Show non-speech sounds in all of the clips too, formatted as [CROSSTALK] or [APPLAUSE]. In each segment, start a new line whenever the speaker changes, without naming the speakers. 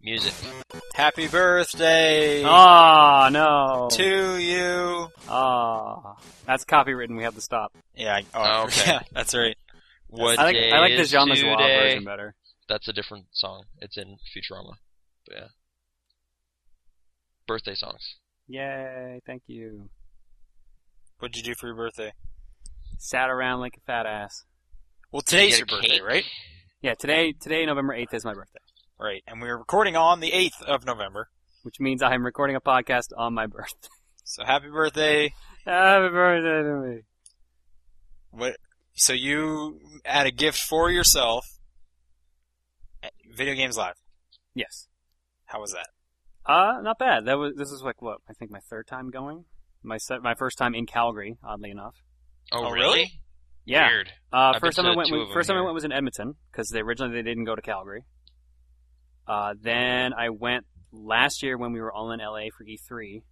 music. Happy birthday
Ah, no.
to you.
Ah. That's copywritten. We have to stop.
Yeah, I,
Oh,
oh,
okay.
yeah,
[LAUGHS]
that's right.
What
I like,
day
I like the
is
Jean Lajoie
today?
version better.
That's a different song. It's in Futurama. But yeah. Birthday songs.
Yay. Thank you.
What'd you do for your birthday?
Sat around like a fat ass.
Well, today's
get
your
a
birthday,
cake.
right?
Yeah, today, today, November 8th is my birthday,
Right. And we're recording on the 8th of November.
which means I am recording a podcast on my birthday. [LAUGHS]
So happy birthday.
Happy birthday to me.
What? So you had a gift for yourself at Video Games Live.
Yes.
How was that?
Uh, not bad. That was, this is like, what, I think my third time going? My se- my first time in Calgary, oddly enough.
Oh, really?
Yeah.
Weird.
Uh,
I've
first
been
time I
to
went.
two
was-
of 'em
First time I
here.
went was in Edmonton because they originally they didn't go to Calgary. Uh, then I went last year when we were all in LA for E3,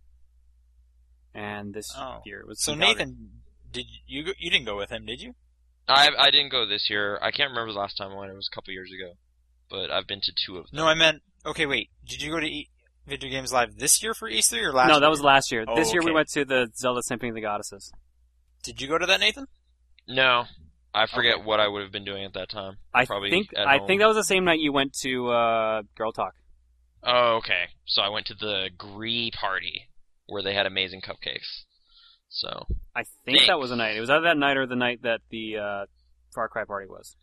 and this
Oh.
year it was
So
in Calgary.
Nathan, did you go- you didn't go with him, did you?
I I didn't go this year. I can't remember the last time I went. It was a couple years ago. But I've been to two of them.
No, I meant. Okay, wait. Did you go to e- Video Games Live this year for E3 or last?
No, that was last year.
Oh,
this year we
okay.
went to the Zelda Symphony of the Goddesses.
Did you go to that, Nathan?
No. I forget what I would have been doing at that time.
I
Probably
think
at
I
home.
think that was the same night you went to uh, Girl Talk.
Oh, okay. So I went to the Gree party where they had amazing cupcakes. So
I think
Thanks.
that was the night. It was either that night or the night that the uh, Far Cry party was.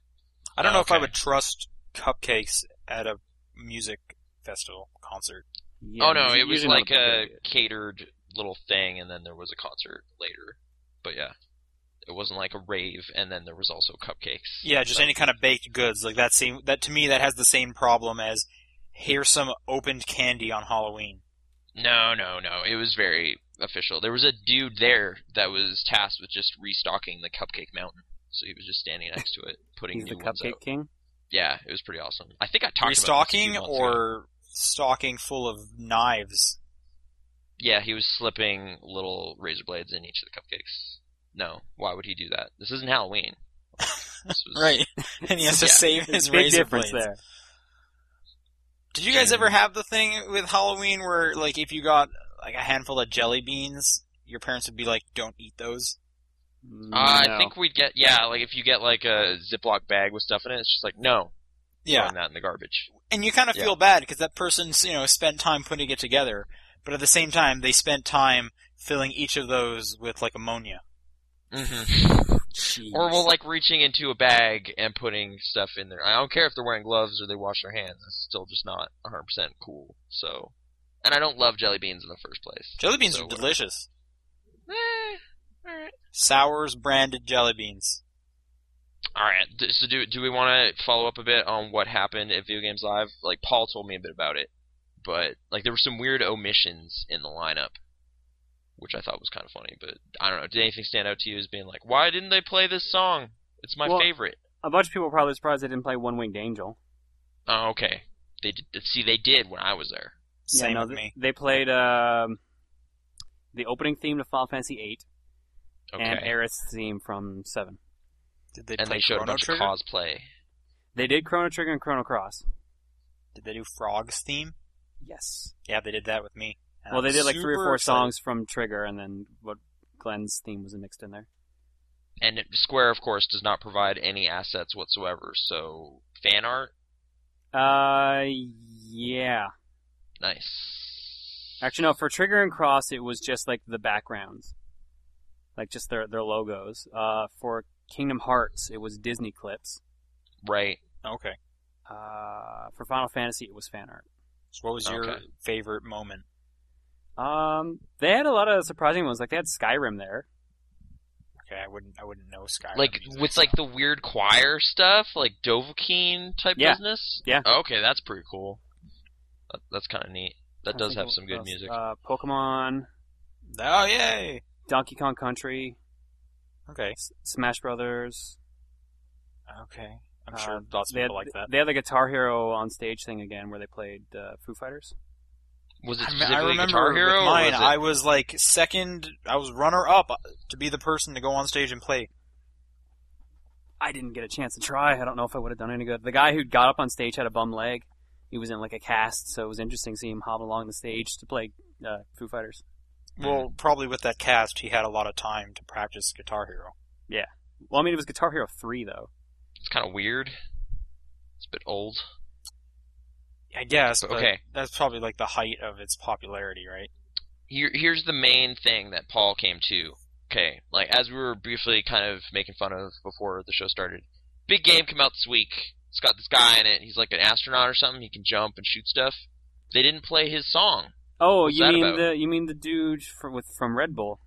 I don't know if I
Okay.
would trust cupcakes at a music festival concert.
Yeah,
oh no,
usually-
it was
usually not
like uh,
the
a
party.
catered little thing, and then there was a concert later. But yeah, it wasn't like a rave, and then there was also cupcakes.
Yeah, just
So-
any kind of baked goods like that. Same that to me that has the same problem as here's some opened candy on Halloween.
No, no, no. It was very official. There was a dude there that was tasked with just restocking the cupcake mountain. So he was just standing next to it, putting
He's the
new ones
Cupcake
out. [LAUGHS]
King.
Yeah, it was pretty awesome. I think I talked
Restocking
about this a few months ago.
or stocking full of knives.
Yeah, he was slipping little razor blades in each of the cupcakes. No, why would he do that? This isn't Halloween. This was-
[LAUGHS] and he has to
Yeah.
save his
Big
razor
difference
blades.
there.
Did you guys ever have the thing with Halloween where like if you got like a handful of jelly beans, your parents would be like, "Don't eat those."
Mm,
Uh, I
no.
think we'd get yeah, like if you get like a Ziploc bag with stuff in it, it's just like no,
Yeah,
throwing that in the garbage.
and you kind of
Yeah.
feel bad because that person's you know spent time putting it together, but at the same time they spent time filling each of those with like ammonia.
hmm Or
Jeez.
well, like reaching into a bag and putting stuff in there. I don't care if they're wearing gloves or they wash their hands. It's still just not 100 percent cool. So, and I don't love jelly beans in the first place.
Jelly beans
So
are
whatever.
delicious.
Eh, all right.
Sours branded jelly beans.
All right. d- So do do we want to follow up a bit on what happened at Video Games Live? Like Paul told me a bit about it, but like there were some weird omissions in the lineup, which I thought was kind of funny. But I don't know. Did anything stand out to you as being like, why didn't they play this song? It's my
Well-
favorite.
a bunch of people were probably surprised they didn't play One Winged Angel.
Oh, okay. They did, see they did when I was there.
Same
yeah, no,
with
th-
me.
They played um, the opening theme to Final Fantasy VIII
Okay.
and Aerith's theme from Seven.
Did they
And
play
they showed a
Chrono
bunch
Trigger?
of cosplay.
They did Chrono Trigger and Chrono Cross.
Did they do Frog's theme?
Yes.
Yeah, they did that with me. and
Well,
I'm
they did like three or
super
four
excited.
songs from Trigger, and then what Glenn's theme was mixed in there.
And it- Square, of course, does not provide any assets whatsoever. So fan art,
Uh, yeah.
nice.
Actually, no. For Trigger and Cross, it was just like the backgrounds, like just their their logos. Uh, for Kingdom Hearts, it was Disney clips.
right.
Okay.
Uh, for Final Fantasy, it was fan art.
So what was your
Okay.
favorite moment?
Um, they had a lot of surprising ones. Like they had Skyrim there.
Okay, I wouldn't. I wouldn't know Skyrim.
like
either,
with
so.
like the weird choir stuff, like Dovahkiin type
Yeah.
business.
Yeah.
okay, that's pretty cool. That, that's kind of neat. That
I
does
think
have
what
some good
else?
music.
Uh, Pokemon,
Oh yay!
Donkey Kong Country,
Okay.
S- Smash Brothers.
Okay. I'm
Uh,
sure lots of
they had,
people like that.
They had the Guitar Hero on stage thing again, where they played uh, Foo Fighters.
was it
I, me- I
specifically
remember
Guitar Hero?
with
or
mine,
was it-
I was like second. I was runner up to be the person to go on stage and play.
I didn't get a chance to try. I don't know if I would have done any good. The guy who got up on stage had a bum leg. he was in like a cast, so it was interesting seeing him hobble along the stage to play uh, Foo Fighters.
Mm.
Well, probably with that cast, he had a lot of time to practice Guitar Hero.
Well, I mean, it was Guitar Hero three though.
It's kind of weird. It's a bit old.
I guess. But
Okay.
That's probably like the height of its popularity, right?
Here, here's the main thing that Paul came to. Okay, like as we were briefly kind of making fun of before the show started, big game came out this week. It's got this guy in it. He's like an astronaut or something. He can jump and shoot stuff. They didn't play his song.
Oh,
What's
you
that
mean
about?
the you mean the dude from with from Red Bull?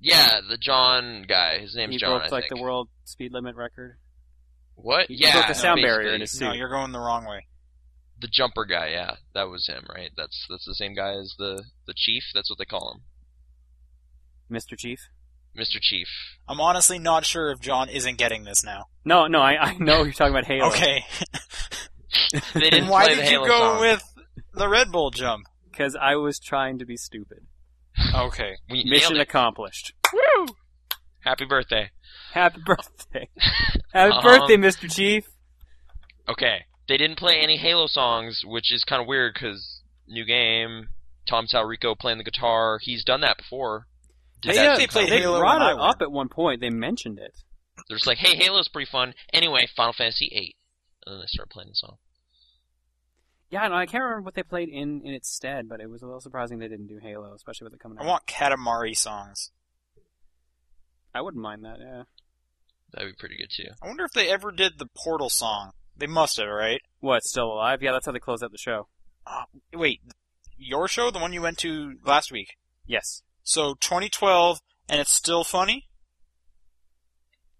Yeah, the John guy. His name's
he
John.
broke
I
like
think.
the world speed limit record.
What?
He
yeah,
broke the sound barrier
basically.
in his
No,
suit.
you're going the wrong way.
the jumper guy. Yeah, that was him, right? That's that's the same guy as the the chief. That's what they call him,
Mr. Chief.
Mr. Chief.
I'm honestly not sure if John isn't getting this now.
No, no, I, I know you're talking about Halo.
Okay.
[LAUGHS] [LAUGHS] They
then
didn't
[LAUGHS] why
play
did
the
you
Halo
go
song.
with the Red
[LAUGHS]
Bull jump?
Because I was trying to be stupid.
Okay.
We
Mission
nailed it.
accomplished.
Woo! Happy birthday.
Happy
[LAUGHS]
birthday. Happy
Um,
birthday, Mr. Chief.
Okay. They didn't play any Halo songs, which is kind of weird because new game. Tom Talrico playing the guitar. He's done that before. Did
Hey,
that
yeah,
to
they
Call
played
of
They
Halo
brought
when I
it
went.
up at one point. They mentioned it.
They're just like, hey, Halo's pretty fun. Anyway, Final Fantasy VIII. And then they start playing the song.
Yeah, no, I can't remember what they played in, in its stead, but it was a little surprising they didn't do Halo, especially with it coming out.
I want Katamari songs.
I wouldn't mind that, yeah.
That'd be pretty good too.
I wonder if they ever did the Portal song. They must have, right?
What, Still Alive? Yeah, that's how they closed out the show.
Wait, your show, the one you went to last week.
Yes.
So 2012, and it's still funny.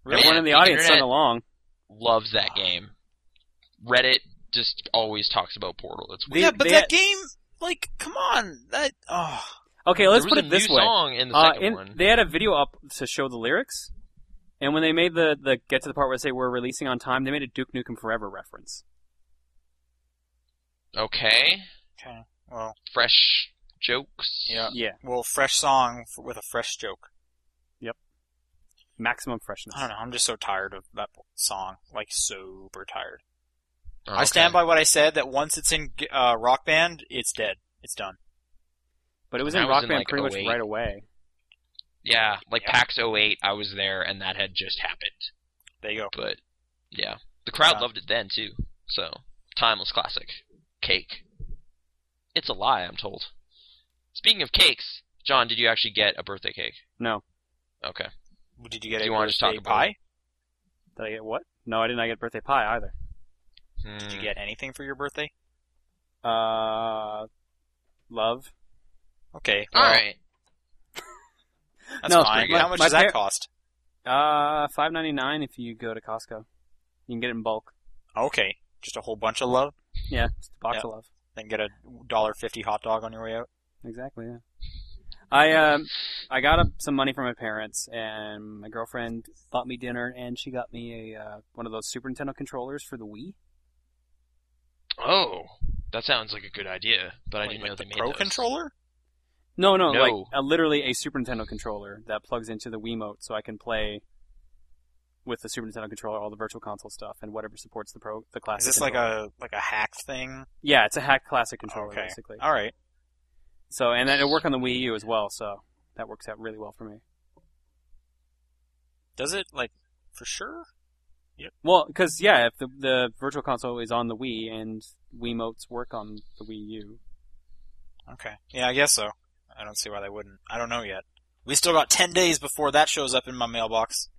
Really?
Everyone in the
the
audience
internet-
sung along.
Loves that game. Reddit just always talks about Portal. It's weird.
The-
yeah, but
they-
that game, like, come on, that. Oh,
Okay, let's
there
put
was
it
a
this
new
way.
song in the
Uh,
second
in-
one.
They had a video up to show the lyrics, and when they made the, the get to the part where they say we're releasing on time, they made a Duke Nukem Forever reference.
Okay.
okay. Well,
Fresh jokes.
Yeah.
Yeah,
well, fresh song f- with a fresh joke.
maximum freshness.
I don't know. I'm just so tired of that song. Like, super tired.
Oh,
I
okay.
stand by what I said. That once it's in uh, Rock Band, it's dead. It's done.
But it was
That
in
was
Rock
in,
Band
like,
pretty
08.
much right away.
Yeah, like
Yeah.
PAX 08, I was there, and that had just happened.
There you go.
But yeah, the crowd
Yeah.
loved it then too. So timeless classic, cake. It's a lie, I'm told. Speaking of cakes, John, did you actually get a birthday cake?
No,
Okay.
Did you get
Do
a
you wanna just talk
birthday
about
pie?
did I get what? No, I did not get birthday pie either.
Hmm.
Did you get anything for your birthday?
Uh, love.
Okay.
All
well,
right.
That's
No, it's
fine.
pretty good.
How much
My
does
par-
that cost?
Uh, five ninety nine if you go to Costco. You can get it in bulk.
Okay. Just a whole bunch of love,
Yeah, just a box
Yeah.
of love.
then get a dollar fifty hot dog on your way out.
Exactly. Yeah. I um I got up some money from my parents, and my girlfriend bought me dinner, and she got me a uh, one of those Super Nintendo controllers for the Wii.
Oh, that sounds like a good idea, but I
Like-
didn't
like
know
the
they made
pro
those.
controller.
No, no,
No.
like uh, literally a Super Nintendo controller that plugs into the Wiimote, so I can play with the Super Nintendo controller all the Virtual Console stuff and whatever supports the pro the classic.
Is this like a like a hack thing?
yeah? It's a hack classic controller
Okay.
basically.
All right.
So and then it work on the Wii U as well, so that works out really well for me.
Does it like for sure?
Well, because yeah, if the the Virtual Console is on the Wii and Wiimotes work on the Wii U,
Okay. Yeah, I guess so. I don't see why they wouldn't. I don't know yet. We still got ten days before that shows up in my mailbox.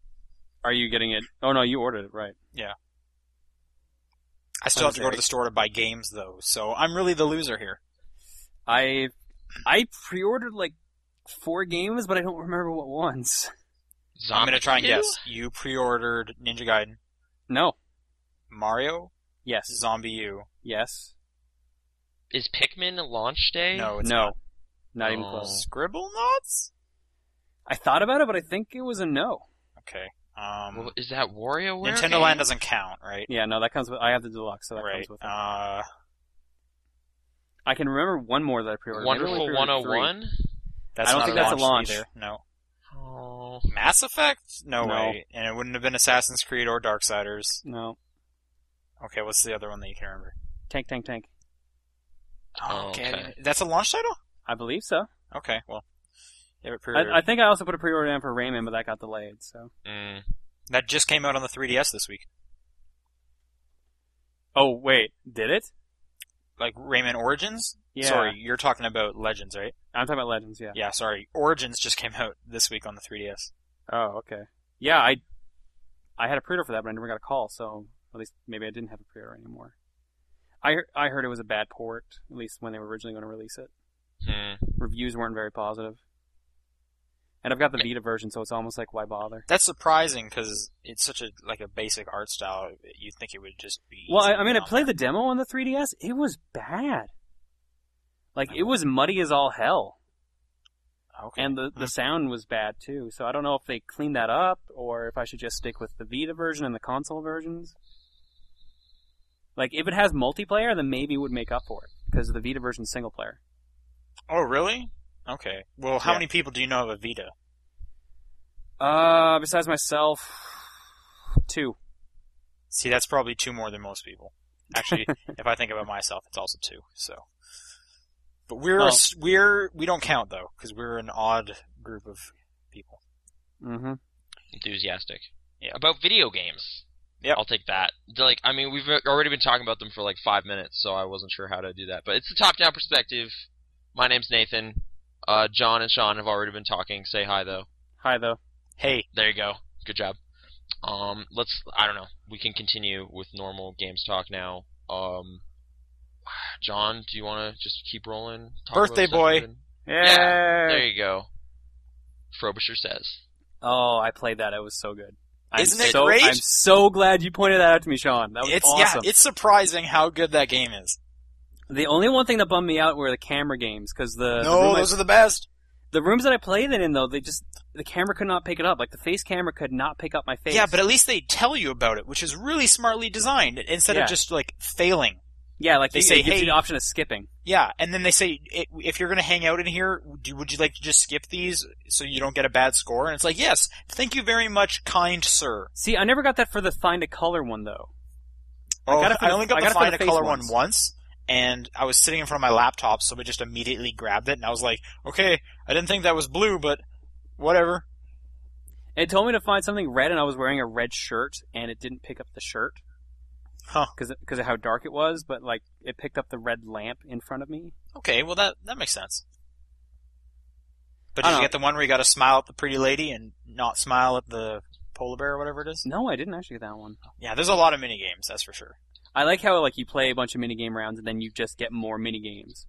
are you getting it? Oh no, you ordered it right.
I still have to go to
Okay.
the store to buy games though, so I'm really the loser here.
I I pre-ordered like four games, but I don't remember what ones.
I'm gonna try and
Zombie
guess. You pre-ordered Ninja Gaiden,
No.
Mario,
Yes.
Zombie U.
Yes.
U? Is Pikmin a launch day?
No, it's
no.
not.
Not even
Oh.
close.
Scribble Knots.
I thought about it, but I think it was a no.
Okay. Um,
Well, is that WarioWare?
Nintendo
game?
Land doesn't count, right?
Yeah, no, that comes with. I have the deluxe, so that
right.
comes with it.
Uh,
I can remember one more that I pre-ordered. Maybe I
Wonderful
only pre-ordered three.
101.
that's
I don't
not
think that's a launch.
either. No.
Oh,
Mass Effect? No,
No.
way. And it wouldn't have been Assassin's Creed or Darksiders.
No.
Okay, what's the other one that you can remember?
Tank, tank, tank.
Oh, okay. I
Okay.
didn't- That's a launch title?
I believe so.
Okay, well. You have it pre-ordered.
I, I think I also put a pre-order in for Rayman, but that got delayed. So.
Mm.
that just came out on the 3DS this week.
Oh wait, did it?
Like Rayman Origins?
Yeah.
Sorry, you're talking about Legends, right?
I'm talking about Legends. Yeah.
Yeah, sorry. Origins just [LAUGHS] came out this week on the 3DS.
Oh okay. Yeah, I I had a pre-order for that, but I never got a call. So at least maybe I didn't have a pre-order anymore. I hear- I heard it was a bad port. At least when they were originally going to release it,
Hmm.
reviews weren't very positive. And I've got the
Ma-
Vita version, so it's almost like why bother?
That's surprising because it's such a like a basic art style. You'd think it would just be.
Well, I,
easy
I mean, I
now.
played the demo on the 3DS. It was bad. Like it was muddy as all hell,
Okay.
and the the sound was bad too. So I don't know if they cleaned that up or if I should just stick with the Vita version and the console versions. Like if it has multiplayer, then maybe it would make up for it because the Vita version's single player.
oh, really? Okay. Well, how
Yeah.
many people do you know have a Vita?
Uh, besides myself, two.
See, that's probably two more than most people.
[LAUGHS]
Actually, if I think about myself, it's also two. So, but we're a
Oh.
s- we're we don't count though because we're an odd group of people.
Mm-hmm.
Enthusiastic.
Yeah.
About video games.
Yep.
I'll take that. They're Like, I mean, we've already been talking about them for like five minutes, so I wasn't sure how to do that. But it's the top-down perspective. My name's Nathan. Uh, John and Sean have already been talking. Say hi though.
Hi though.
Hey,
There you go. Good job. Um, let's. I don't know. We can continue with normal games talk now. Um, John, do you want to just keep rolling? Talk about
Birthday
stuff
boy.
you've been-
Yeah.
There you go. Frobisher says.
Oh, I played that. It was so good. I'm
Isn't it
so,
great?
I'm so glad you pointed that out to me, Sean. That was
it's
awesome.
yeah, it's surprising how good that game is.
the only one thing that bummed me out were the camera games because the the,
no,
room I-
those are the best.
the rooms that I played it in though they just the camera could not pick it up. Like the face camera could not pick up my face.
Yeah, but at least they tell you about it, which is really smartly designed instead
Yeah.
of just like failing.
yeah, like
they
you,
say,
it gives
"Hey."
you the option of skipping.
Yeah, and then they say "I- if you're going to hang out in here, do, would you like to just skip these so you don't get a bad score? And it's like, yes, thank you very much, kind sir.
See, I never got that for the find a color one though.
Oh, I,
got it for the-
only got
I
the
got it for
find
the
a
face
color
ones.
one once, and I was sitting in front of my laptop. Somebody just immediately grabbed it, and I was like, okay, I didn't think that was blue, but whatever.
It told me to find something red, and I was wearing a red shirt, and it didn't pick up the shirt
Huh.
because of how dark it was. But like it picked up the red lamp in front of me.
Okay, well that that makes sense. But
I
did you
don't-
get the one where you got to smile at the pretty lady and not smile at the polar bear or whatever it is?
No, I didn't actually get that one.
Yeah, there's a lot of mini games, that's for sure.
I like how like you play a bunch of mini game rounds and then you just get more mini games.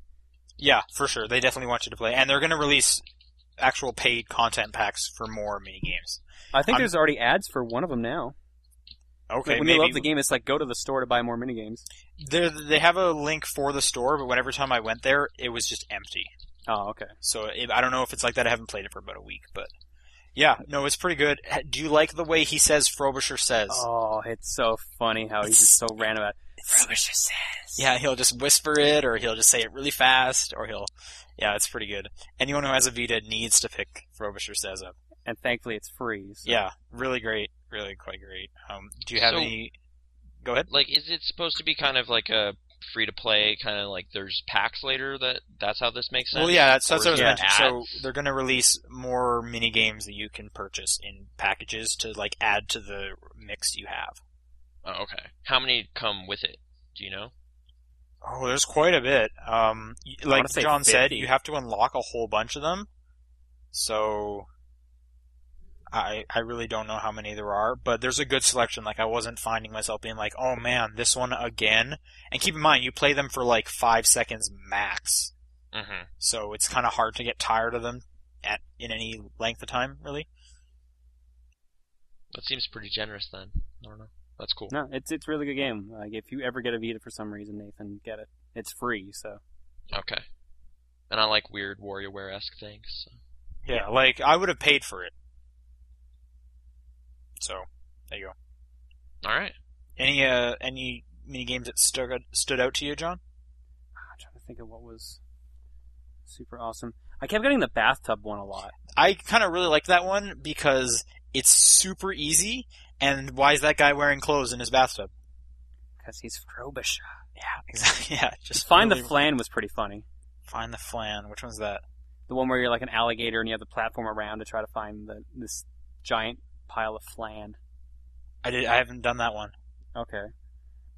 Yeah, for sure. They definitely want you to play, and they're going to release actual paid content packs for more mini games.
I think
I'm-
there's already ads for one of them now.
Okay,
like, when
maybe
you love the game, it's like go to the store to buy more mini games.
They're- they have a link for the store, but whenever time I went there, it was just empty.
Oh, okay.
So it, I don't know if it's like that. I haven't played it for about a week, but yeah, no, it's pretty good. Ha- Do you like the way he says Frobisher says?
Oh, it's so funny how he's just so random. At, Frobisher says.
Yeah, he'll just whisper it, or he'll just say it really fast, or he'll. Yeah, it's pretty good. Anyone who has a Vita needs to pick Frobisher Says up.
And thankfully, it's free. so-
Yeah, really great, really quite great. Um, do you have
So-
any? Go ahead.
Like, is it supposed to be kind of like a free-to-play kind of like there's packs later that that's how this makes sense?
Well, yeah, that's, that's what I
Or
was
is it
mentioning. So
ads?
they're going to release more mini games that you can purchase in packages to like add to the mix you have.
Oh, okay. How many come with it? Do you know?
Oh, there's quite a bit. Um, y-
I
like
wanna say
John said,
50.
you have to unlock a whole bunch of them. So, I I really don't know how many there are, but there's a good selection. Like I wasn't finding myself being like, oh man, this one again. And keep in mind, you play them for like five seconds max,
Mm-hmm.
so it's kind of hard to get tired of them at in any length of time, really.
That seems pretty generous then. I don't know. That's cool.
No, it's it's a really good game. Like if you ever get a Vita for some reason, Nathan, get it. It's free, so Ah,
Okay. And I like weird WarioWare esque things. so.
Yeah, like I would have paid for it. So, there you go.
All right.
Any uh any mini games that stood out- stood out to you, John?
I'm trying to think of what was super awesome. I kept getting the bathtub one a lot.
I kind of really like that one because it's super easy. And why is that guy wearing clothes in his bathtub? [LAUGHS]
because he's Frobisher.
Yeah, exactly. Yeah,
Just
just
Find
really-
the Flan was pretty funny.
Find the flan. Which one's that?
The one where you're like an alligator and you have the platform around to try to find the this giant pile of Flan.
I did. I haven't done that one.
Okay.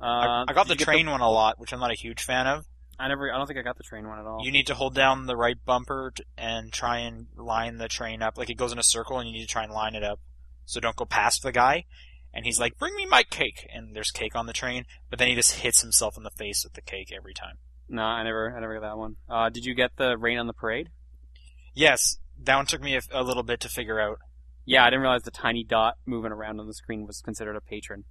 Uh,
I, I got
did
the
you get
train one a lot, which I'm not a huge fan of.
I never. I don't think I got the train one at all.
You need to hold down the right bumper t- and try and line the train up. Like it goes in a circle, and you need to try and line it up. So don't go past the guy. And he's like, "Bring me my cake." And there's cake on the train, but then he just hits himself in the face with the cake every time.
No, I never. I never got that one. Uh, did you get the rain on the parade?
Yes, that one took me a, a little bit to figure out.
Yeah, I didn't realize the tiny dot moving around on the screen was considered a patron.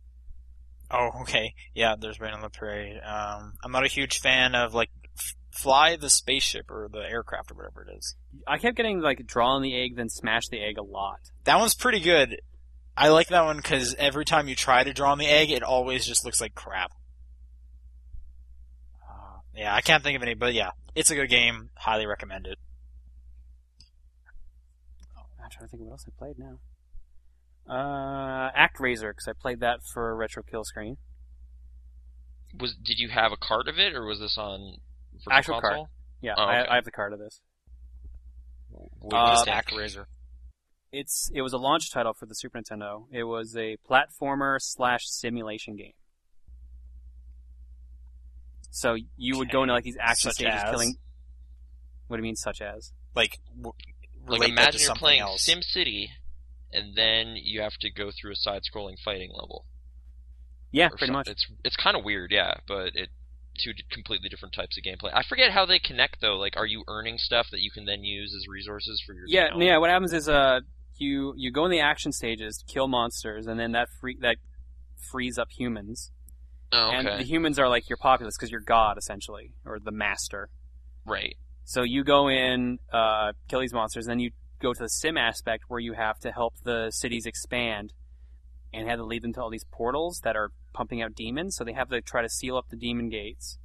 Oh, [LAUGHS] okay. Yeah, there's Rain on the Parade. Um, I'm not a huge fan of like f- fly the spaceship or the aircraft or whatever it is.
I kept getting like draw on the egg, then smash the egg a lot.
That one's pretty good. I like that one because every time you try to draw on the egg, it always just looks like crap. Uh, yeah, I can't think of any, but yeah, it's a good game. Highly recommend it.
I'm trying to think of what else I played now. Uh, ActRaiser, because I played that for Retro Kill Screen.
Was did you have a cart of it, or was this on virtual
Actual cart.
console?
Yeah,
Oh, okay.
I, I have the card of this.
What
Uh,
Um,
was it?
ActRaiser.
It's it was a launch title for the Super Nintendo. It was a platformer slash simulation game. So you would go into like these action
Such
stages,
as?
killing. What do you mean, such as?
Like, w-
Like
relate that to
imagine you're
something
playing
else.
Sim City, and then you have to go through a side-scrolling fighting level.
Yeah,
or
pretty
some-
much.
It's it's kind of weird, yeah, but it two d- completely different types of gameplay. I forget how they connect though. Like, are you earning stuff that you can then use as resources for your?
Yeah,
town?
no, yeah. What happens is, uh, you you go in the action stages, kill monsters, and then that free that frees up humans,
Oh, okay,
and the humans are like your populace because you're god essentially, or the master.
right.
So you go in, uh, kill these monsters, and then you go to the sim aspect where you have to help the cities expand, and have to lead them to all these portals that are pumping out demons. So they have to try to seal up the demon gates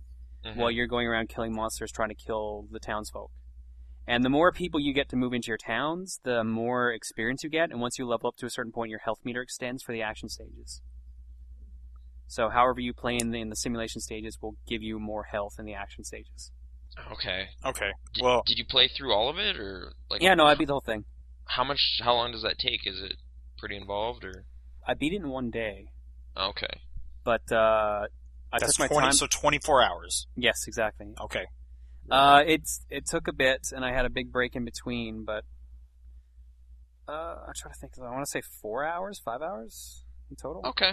Mhm.
Uh-huh.
while you're going around killing monsters trying to kill the townsfolk. And the more people you get to move into your towns, the more experience you get, and once you level up to a certain point, your health meter extends for the action stages. So, however you play in the, in the simulation stages will give you more health in the action stages.
okay.
Okay.
Did,
Well-
did you play through all of it, or like?
yeah, no, I beat the whole thing.
How much? How long does that take? Is it pretty involved, or?
I beat it in one day,
Okay.
but uh, I
That's
took my
20,
time.
so 24 hours.
Yes, exactly.
Okay.
Uh, it's it took a bit, and I had a big break in between, but uh, I'm trying to think. I want to say four hours, five hours in total.
Okay.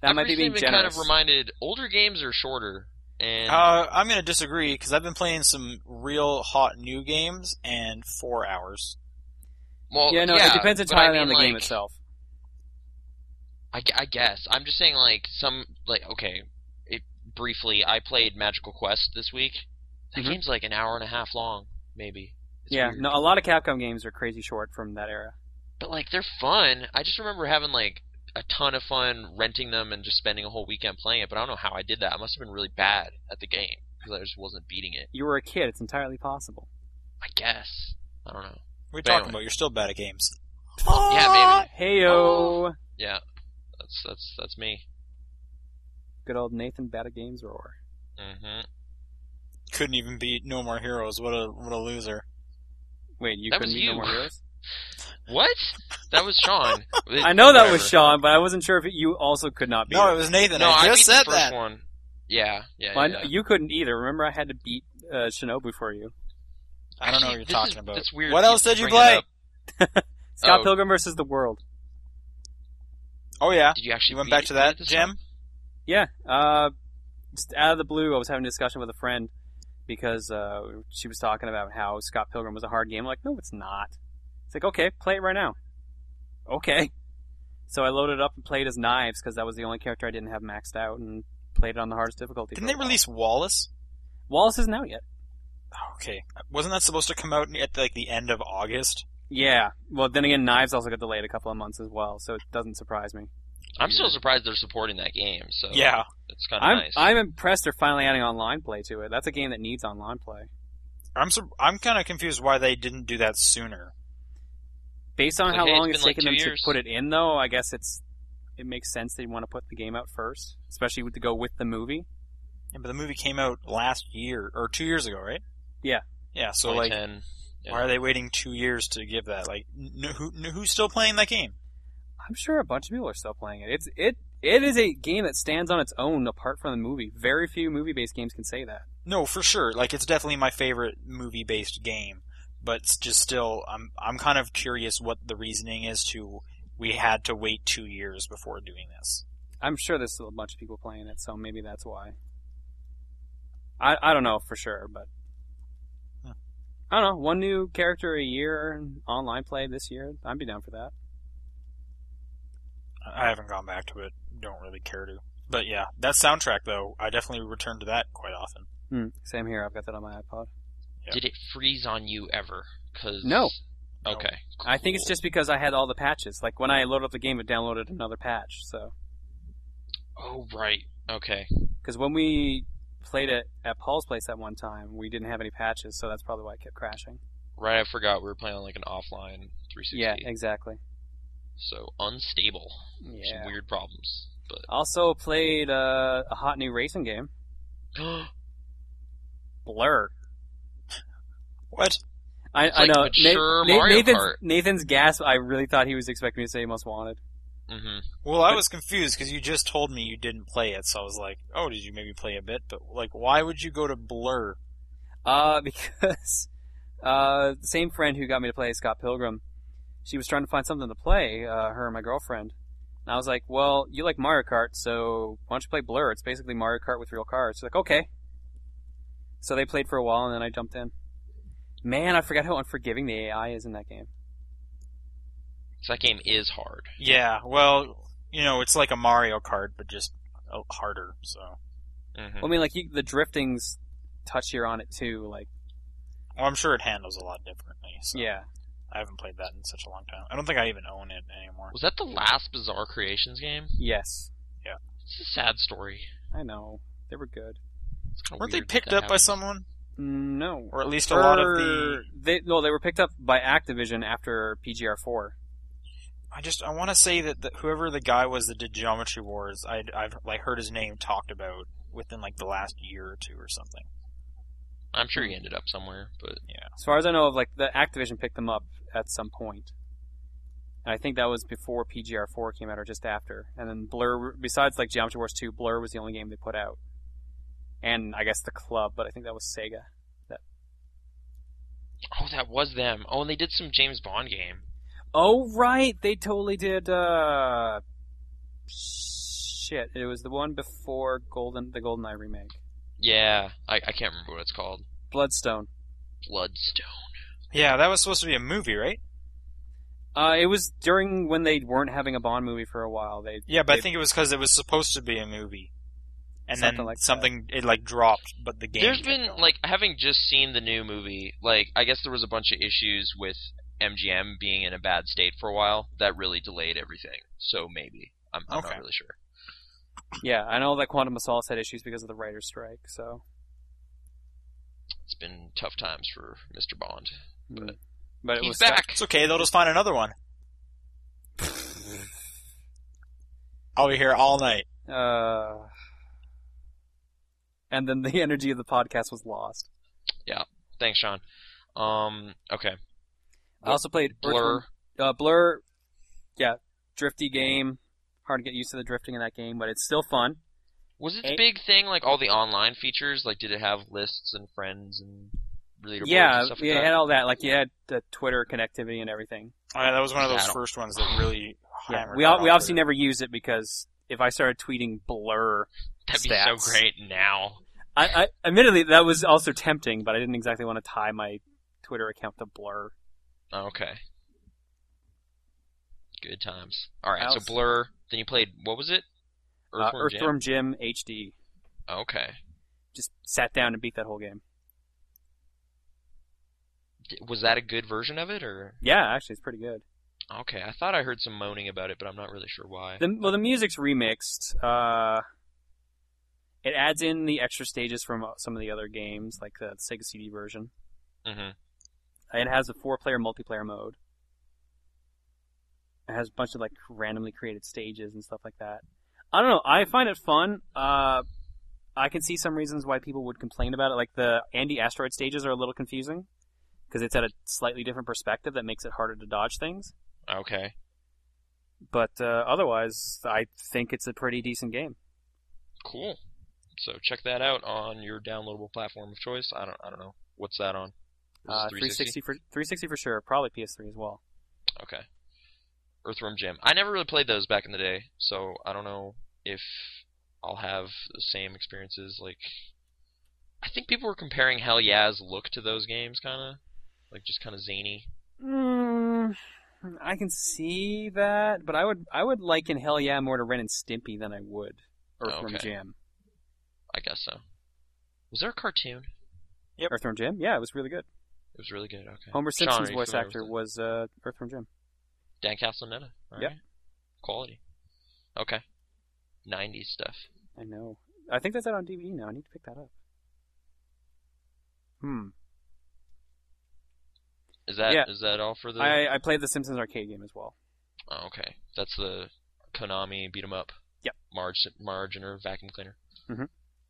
that
I've
might be
recently
being
been
generous.
kind of reminded older games are shorter, and
Uh, I'm gonna disagree because I've been playing some real hot new games and four hours.
well,
yeah, no, it depends
but
entirely
I
on the
mean,
game
like,
itself.
I, gu- I guess I'm just saying like some like okay, it, briefly I played Magical Quest this week. That
Mhm.
game's like an hour and a half long, maybe. It's
Yeah,
weird.
no, a lot of Capcom games are crazy short from that era.
but like they're fun. I just remember having like a ton of fun renting them and just spending a whole weekend playing it. But I don't know how I did that. I must have been really bad at the game because I just wasn't beating it.
You were a kid; it's entirely possible.
I guess I don't know.
What are you
But
talking
anyway.
about? You're still bad at games.
Yeah, maybe.
Heyo,
Yeah, that's that's that's me.
good old Nathan Bata Games roar.
hmm
Couldn't even beat No More Heroes. What a what a loser.
Wait, you
That
couldn't
was
be no
you.
more heroes?
[LAUGHS] What? That was Sean.
[LAUGHS] I know that was
Whatever.
Sean, but I wasn't sure if you also could not be.
No, it was Nathan.
No,
I
I
just
beat
said
the first
that.
one. Yeah, yeah. yeah.
You couldn't either. Remember, I had to beat uh, Shinobu for you.
I don't know what
Actually,
you're
this
talking
is-
about.
It's weird.
What
you
else did you
bring it
play?
up.
Scott
Oh.
Pilgrim versus the World.
Oh yeah,
Did you actually?
you went
beat-
back to that,
beat this
Jim.
one?
Yeah. Uh, just out of the blue, I was having a discussion with a friend because uh, she was talking about how Scott Pilgrim was a hard game. I'm like, no, it's not. It's like, okay, play it right now. Okay. So I loaded up and played as Knives because that was the only character I didn't have maxed out and played it on the hardest difficulty.
Didn't
for
they
a while.
release Wallace?
Wallace isn't out yet.
Okay, wasn't that supposed to come out at like the end of August?
Yeah. Well, then again, Knives also got delayed a couple of months as well, so it doesn't surprise me.
I'm still surprised they're supporting that game. So
Yeah,
it's kind
I'm,
of Oh, nice.
I'm impressed they're finally adding online play to it. That's a game that needs online play.
I'm sur- I'm kind of confused why they didn't do that sooner.
Based on
Like,
how
hey, it's
long
been
it's
like
taken
two
them
years.
to put it in, though, I guess it's it makes sense they want to put the game out first, especially with, to go with the movie.
Yeah, but the movie came out last year or two years ago, right?
Yeah.
Yeah. So like,
2010, yeah.
why are they waiting two years to give that? Like, n- who n- who's still playing that game?
I'm sure a bunch of people are still playing it. It's it it is a game that stands on its own apart from the movie. Very few movie-based games can say that.
No, for sure. Like, it's definitely my favorite movie-based game, but it's just still, I'm I'm kind of curious what the reasoning is to we had to wait two years before doing this.
I'm sure there's still a bunch of people playing it, so maybe that's why. I I don't know for sure, but
Huh.
I don't know. One new character a year and online play this year. I'd be down for that.
I I haven't gone back to it. Don't really care to. But yeah, that soundtrack though, I definitely return to that quite often.
Hmm, same here. I've got that on my iPod.
Yeah.
Did it freeze on you ever? 'Cause-
No.
Okay.
I think it's
cool.
just because I had all the patches. Like when I loaded up the game, it downloaded another patch. So
Oh right. Okay.
because when we played it at Paul's place at one time, we didn't have any patches, so that's probably why it kept crashing.
Right. I forgot we were playing on like an offline 360.
Yeah, exactly.
So unstable. Some
Yeah.
weird problems. But [GASPS]
Also played uh, a hot new racing game, Blur.
What?
I,
It's
I
like
know.
mature
Na- Na-
Mario
Nathan's,
Kart.
Nathan's gasp. I really thought he was expecting me to say Most Wanted.
hmm
Well, I was confused because you just told me you didn't play it, so I was like, oh, did you maybe play a bit? But like, why would you go to Blur?
Uh, [LAUGHS] because uh, the same friend who got me to play Scott Pilgrim, she was trying to find something to play, uh, her and my girlfriend. And I was like, well, you like Mario Kart, so why don't you play Blur? It's basically Mario Kart with real cars. She's like, okay. So they played for a while, and then I jumped in. Man, I forgot how unforgiving the AI is in that game.
So that game is hard.
Yeah, well, you know, it's like a Mario Kart, but just uh, harder. So
hmm
Well, I mean, like, you, the drifting's touchier on it, too. Like,
well, I'm sure it handles a lot differently. So
yeah.
I haven't played that in such a long time. I don't think I even own it anymore.
Was that the last Bizarre Creations game?
Yes.
It's a sad story.
I know. They were good.
It's kinda
Weren't they
weird that
picked
that
up by
happened.
someone,
Mm, No.
or at least a lot of the?
Er, They, no, they were picked up by Activision after PGR four.
I just I want to say that the, whoever the guy was that did Geometry Wars, I I've like heard his name talked about within like the last year or two or something.
I'm sure he ended up somewhere, but
As far as I know, of like the Activision picked them up at some point. And I think that was before PGR four came out, or just after. And then Blur, besides like Geometry Wars two, Blur was the only game they put out. And I guess the Club, but I think that was Sega.
oh, that was them. Oh, and they did some James Bond game.
Oh right, they totally did. uh... Shit, it was the one before Golden, the GoldenEye remake,
Yeah, I, I can't remember what it's called.
Bloodstone.
Bloodstone.
Yeah, that was supposed to be a movie, right?
Uh, it was during when they weren't having a Bond movie for a while. They
Yeah, but I
They-
think it was because it was supposed to be a movie, and
Something
then
like that.
something it like dropped, but the game.
There's
kept
been
going.
like having just seen the new movie. Like I guess there was a bunch of issues with MGM being in a bad state for a while that really delayed everything. So maybe I'm, I'm
Okay.
not really sure.
yeah, I know that Quantum of Solace had issues because of the writer's strike. So,
It's been tough times for Mr. Bond. But-
Mm. but it
He's
was
back.
it's okay. They'll just find another
[LAUGHS]
one. I'll be here all night.
Uh, and then the [LAUGHS] energy of the podcast was lost.
Thanks, Sean. Um. Okay.
I also played
Blur.
Uh, Blur, yeah, drifty game. Hard to get used to the drifting in that game, but it's still fun.
Was its
Eight-
big thing like all the online features? Like, did it have lists and friends and leaderboards
yeah,
and stuff like
yeah, it
that?
had all that. Like you had the Twitter connectivity and everything.
Uh, that was one of those
Shadow.
first ones that really.
Yeah,
hammered
we
down
all, we
on
obviously
Twitter.
never used it because if I started tweeting Blur
That'd be
stats.
so great now.
I, I admittedly that was also tempting, but I didn't exactly want to tie my Twitter account to Blur.
Oh, Okay. Good times. All right.
How
So
else?
Blur. Then you played what was it?
Uh,
Earthworm Jim.
Earthworm Jim HD.
Okay.
Just sat down and beat that whole game.
D- was that a good version of it or?
Yeah, actually, it's pretty good.
Okay. I thought I heard some moaning about it, but I'm not really sure why.
The, well, the music's remixed. Uh, it adds in the extra stages from uh, some of the other games, like the Sega CD version.
hmm
It has a four-player multiplayer mode. It has a bunch of like randomly created stages and stuff like that. I don't know. I find it fun. Uh, I can see some reasons why people would complain about it. Like the Andy asteroid stages are a little confusing because it's at a slightly different perspective that makes it harder to dodge things.
Okay.
But uh, otherwise, I think it's a pretty decent game.
Cool. So check that out on your downloadable platform of choice. I don't I don't know. What's that on? Is
Uh,
it
360 for 360 for sure. Probably PS3 as well.
Okay. Earthworm Jim. I never really played those back in the day, so I don't know if I'll have the same experiences. Like, I think people were comparing Hell Yeah's look to those games, kind of, like just kind of zany.
Mm, I can see that, but I would I would liken Hell Yeah more to Ren and Stimpy than I would Earthworm
Okay.
Jim.
I guess so. Was there a cartoon?
Earthworm Jim, yeah, it was really good.
It was really good. Okay.
Homer
Sean,
Simpson's
are you
voice
familiar
actor
with
was uh, Earthworm Jim.
it? Dan Castellaneta. All
Yep.
right. Quality. Okay. 90s stuff.
I know. I think that's out on DVD now. I need to pick that up. Hmm.
Is that is
Yeah.
that all for the?
I, I played the Simpsons arcade game as well.
Oh, okay. That's the Konami beat 'em up.
Yep.
Marge, Marge and her vacuum cleaner.
Mhm.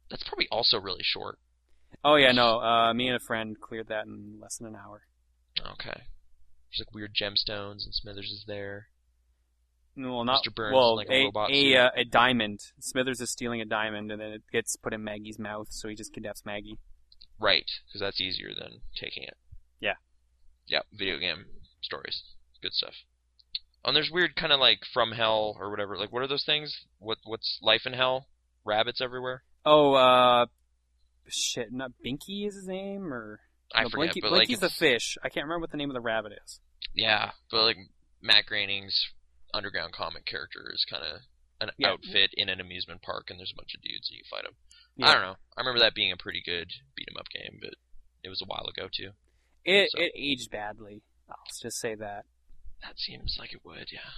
That's probably also really short.
Oh yeah, no. Uh, me and a friend cleared that in less than an hour.
Okay. There's like weird gemstones and Smithers is there.
Well, not
Mr. Burns,
well.
like a
a
robot suit.
a, uh, a diamond. Smithers is stealing a diamond, and then it gets put in Maggie's mouth, so he just kidnaps Maggie.
Right, because that's easier than taking it.
Yeah.
Yep. Video game stories. Good stuff. Oh, And there's weird kind of like from hell or whatever. Like what are those things? What what's life in hell? Rabbits everywhere.
Oh, uh, shit. Not Binky is his name, or
I
no,
forget,
Blinky,
but like
Blinky's
it's-
the fish. I can't remember what the name of the rabbit is.
Yeah, but like Matt Groening's underground comic character is kind of an
Yeah.
outfit in an amusement park, and there's a bunch of dudes and you fight them.
Yeah.
I don't know. I remember that being a pretty good beat 'em up game, but it was a while ago too.
It
so-
it aged badly. I'll just say that.
That seems like it would, yeah.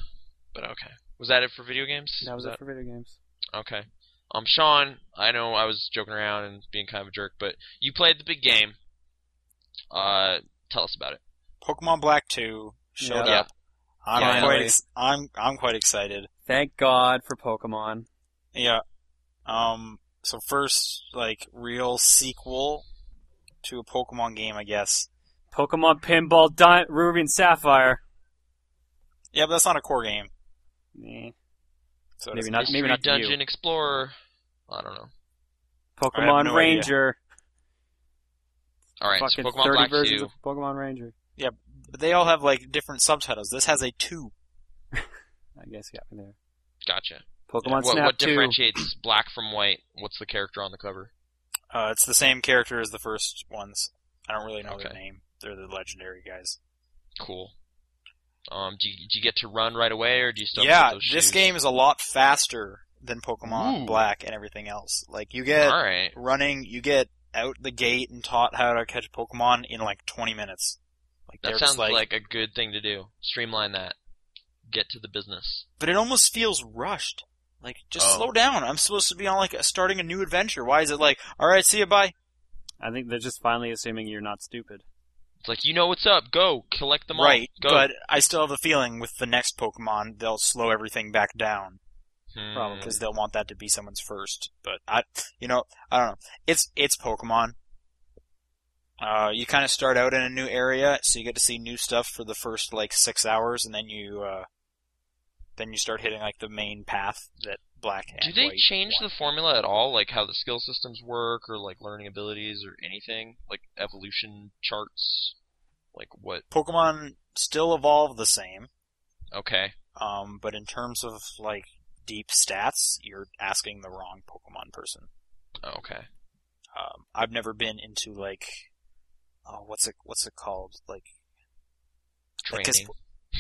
But okay. Was that it for video games?
That was it for video games.
Okay. Um, Sean, I know I was joking around and being kind of a jerk, but you played the big game. Uh, tell us about it.
Pokemon Black Two
Uh,
showed
Yeah.
up. I'm
Yeah,
quite
yeah.
ex- I'm I'm quite excited.
Thank God for Pokemon.
Yeah. Um. So first, like real sequel to a Pokemon game, I guess.
Pokemon Pinball Di- Ruby and Sapphire.
Yeah, but that's not a core game.
Eh,
So it
maybe
doesn't-
not.
Mystery
Maybe not to
Dungeon
you.
Explorer. I don't know.
I have
Pokemon
no
Ranger.
All right, so
Fucking
Pokemon
thirty
Black
versions
2.
of Pokemon Ranger.
But they all have like different subtitles. This has a two.
I guess you got me there.
Gotcha.
Pokemon
what,
Snap
what
2.
differentiates black from white? What's the character on the cover?
Uh, it's the same character as the first ones. I don't really know their
Okay.
name. They're the legendary guys.
Cool. Um, do you, do you get to run right away, or do you still have
yeah,
to put those
this
shoes?
game is a lot faster than Pokemon
Ooh.
Black and everything else. Like you get
All right,
running, you get out the gate and taught how to catch Pokemon in like 20 minutes. Like
that
they're
sounds
just like,
like... a good thing to do. Streamline that. Get to the business.
but it almost feels rushed. Like just
Oh.
slow down. I'm supposed to be on like a, starting a new adventure. Why is it like, all right, see you, bye?
I think they're just finally assuming you're not stupid.
It's like you know what's up. Go collect them all.
right,
Go.
but I still have a feeling with the next Pokemon they'll slow everything back down
Hmm.
Probably.
because they'll want that to be someone's first. But I, you know, I don't know. It's it's Pokemon. Uh, you kind of start out in a new area, so you get to see new stuff for the first like six hours, and then you uh, then you start hitting like the main path that Black and
Do they
White
change
want.
the formula at all, like how the skill systems work, or like learning abilities, or anything, like evolution charts, like what?
Pokemon still evolve the same?
Okay,
Um, but in terms of like deep stats, you're asking the wrong Pokemon person.
Oh, okay.
um, I've never been into like oh, what's it what's it called like Like, 'cause
Training.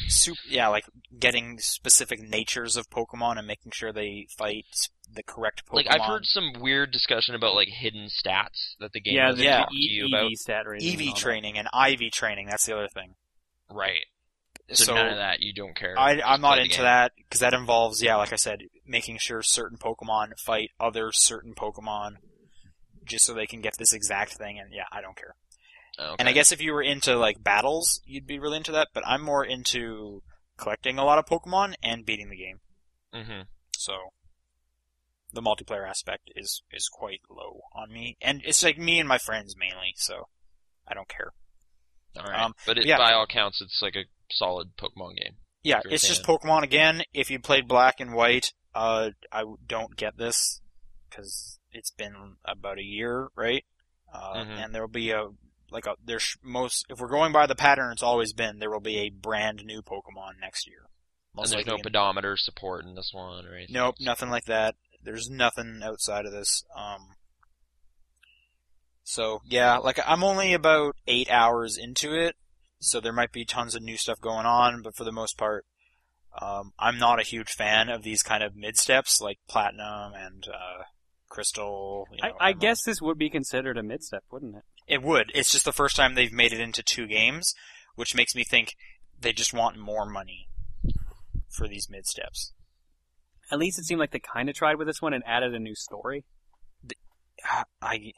super, yeah like getting specific natures of Pokemon and making sure they fight s- the correct Pokemon.
Like I've heard some weird discussion about like hidden stats that the game
yeah,
doesn't
the,
yeah.
talk
the
to
E-
you
EV
about.
stat rating. and all
EV
that.
training and IV training. That's the other thing.
Right. So, none of that you don't care.
I,
Just
I'm not
play the
into
game.
that because that involves yeah, like I said, making sure certain Pokemon fight other certain Pokemon just so they can get this exact thing. And yeah, I don't care.
Oh, Okay.
And I guess if you were into like battles, you'd be really into that. But I'm more into collecting a lot of Pokemon and beating the game.
hmm
So the multiplayer aspect is is quite low on me, and it's like me and my friends mainly. So I don't care.
All right,
Um,
but it,
yeah.
by all counts, it's like a solid Pokemon game.
Yeah,
If you're a
it's just Pokemon again. If you played Black and White, uh, I w- don't get this because it's been about a year, right? Uh,
Mhm.
and there'll be a like a there's most if we're going by the pattern it's always been there will be a brand new Pokemon next year. Most
and there's no
likely in-
pedometer support in this one or anything.
Nope, nothing like that. There's nothing outside of this. Um, so yeah, like I'm only about eight hours into it, so there might be tons of new stuff going on, but for the most part, um, I'm not a huge fan of these kind of mid steps like platinum and uh, crystal. You
I,
know,
I
Emerald.
guess this would be considered a midstep, wouldn't it?
It would. It's just the first time they've made it into two games, which makes me think they just want more money for these mid steps.
At least it seemed like they kind of tried with this one and added a new story.
I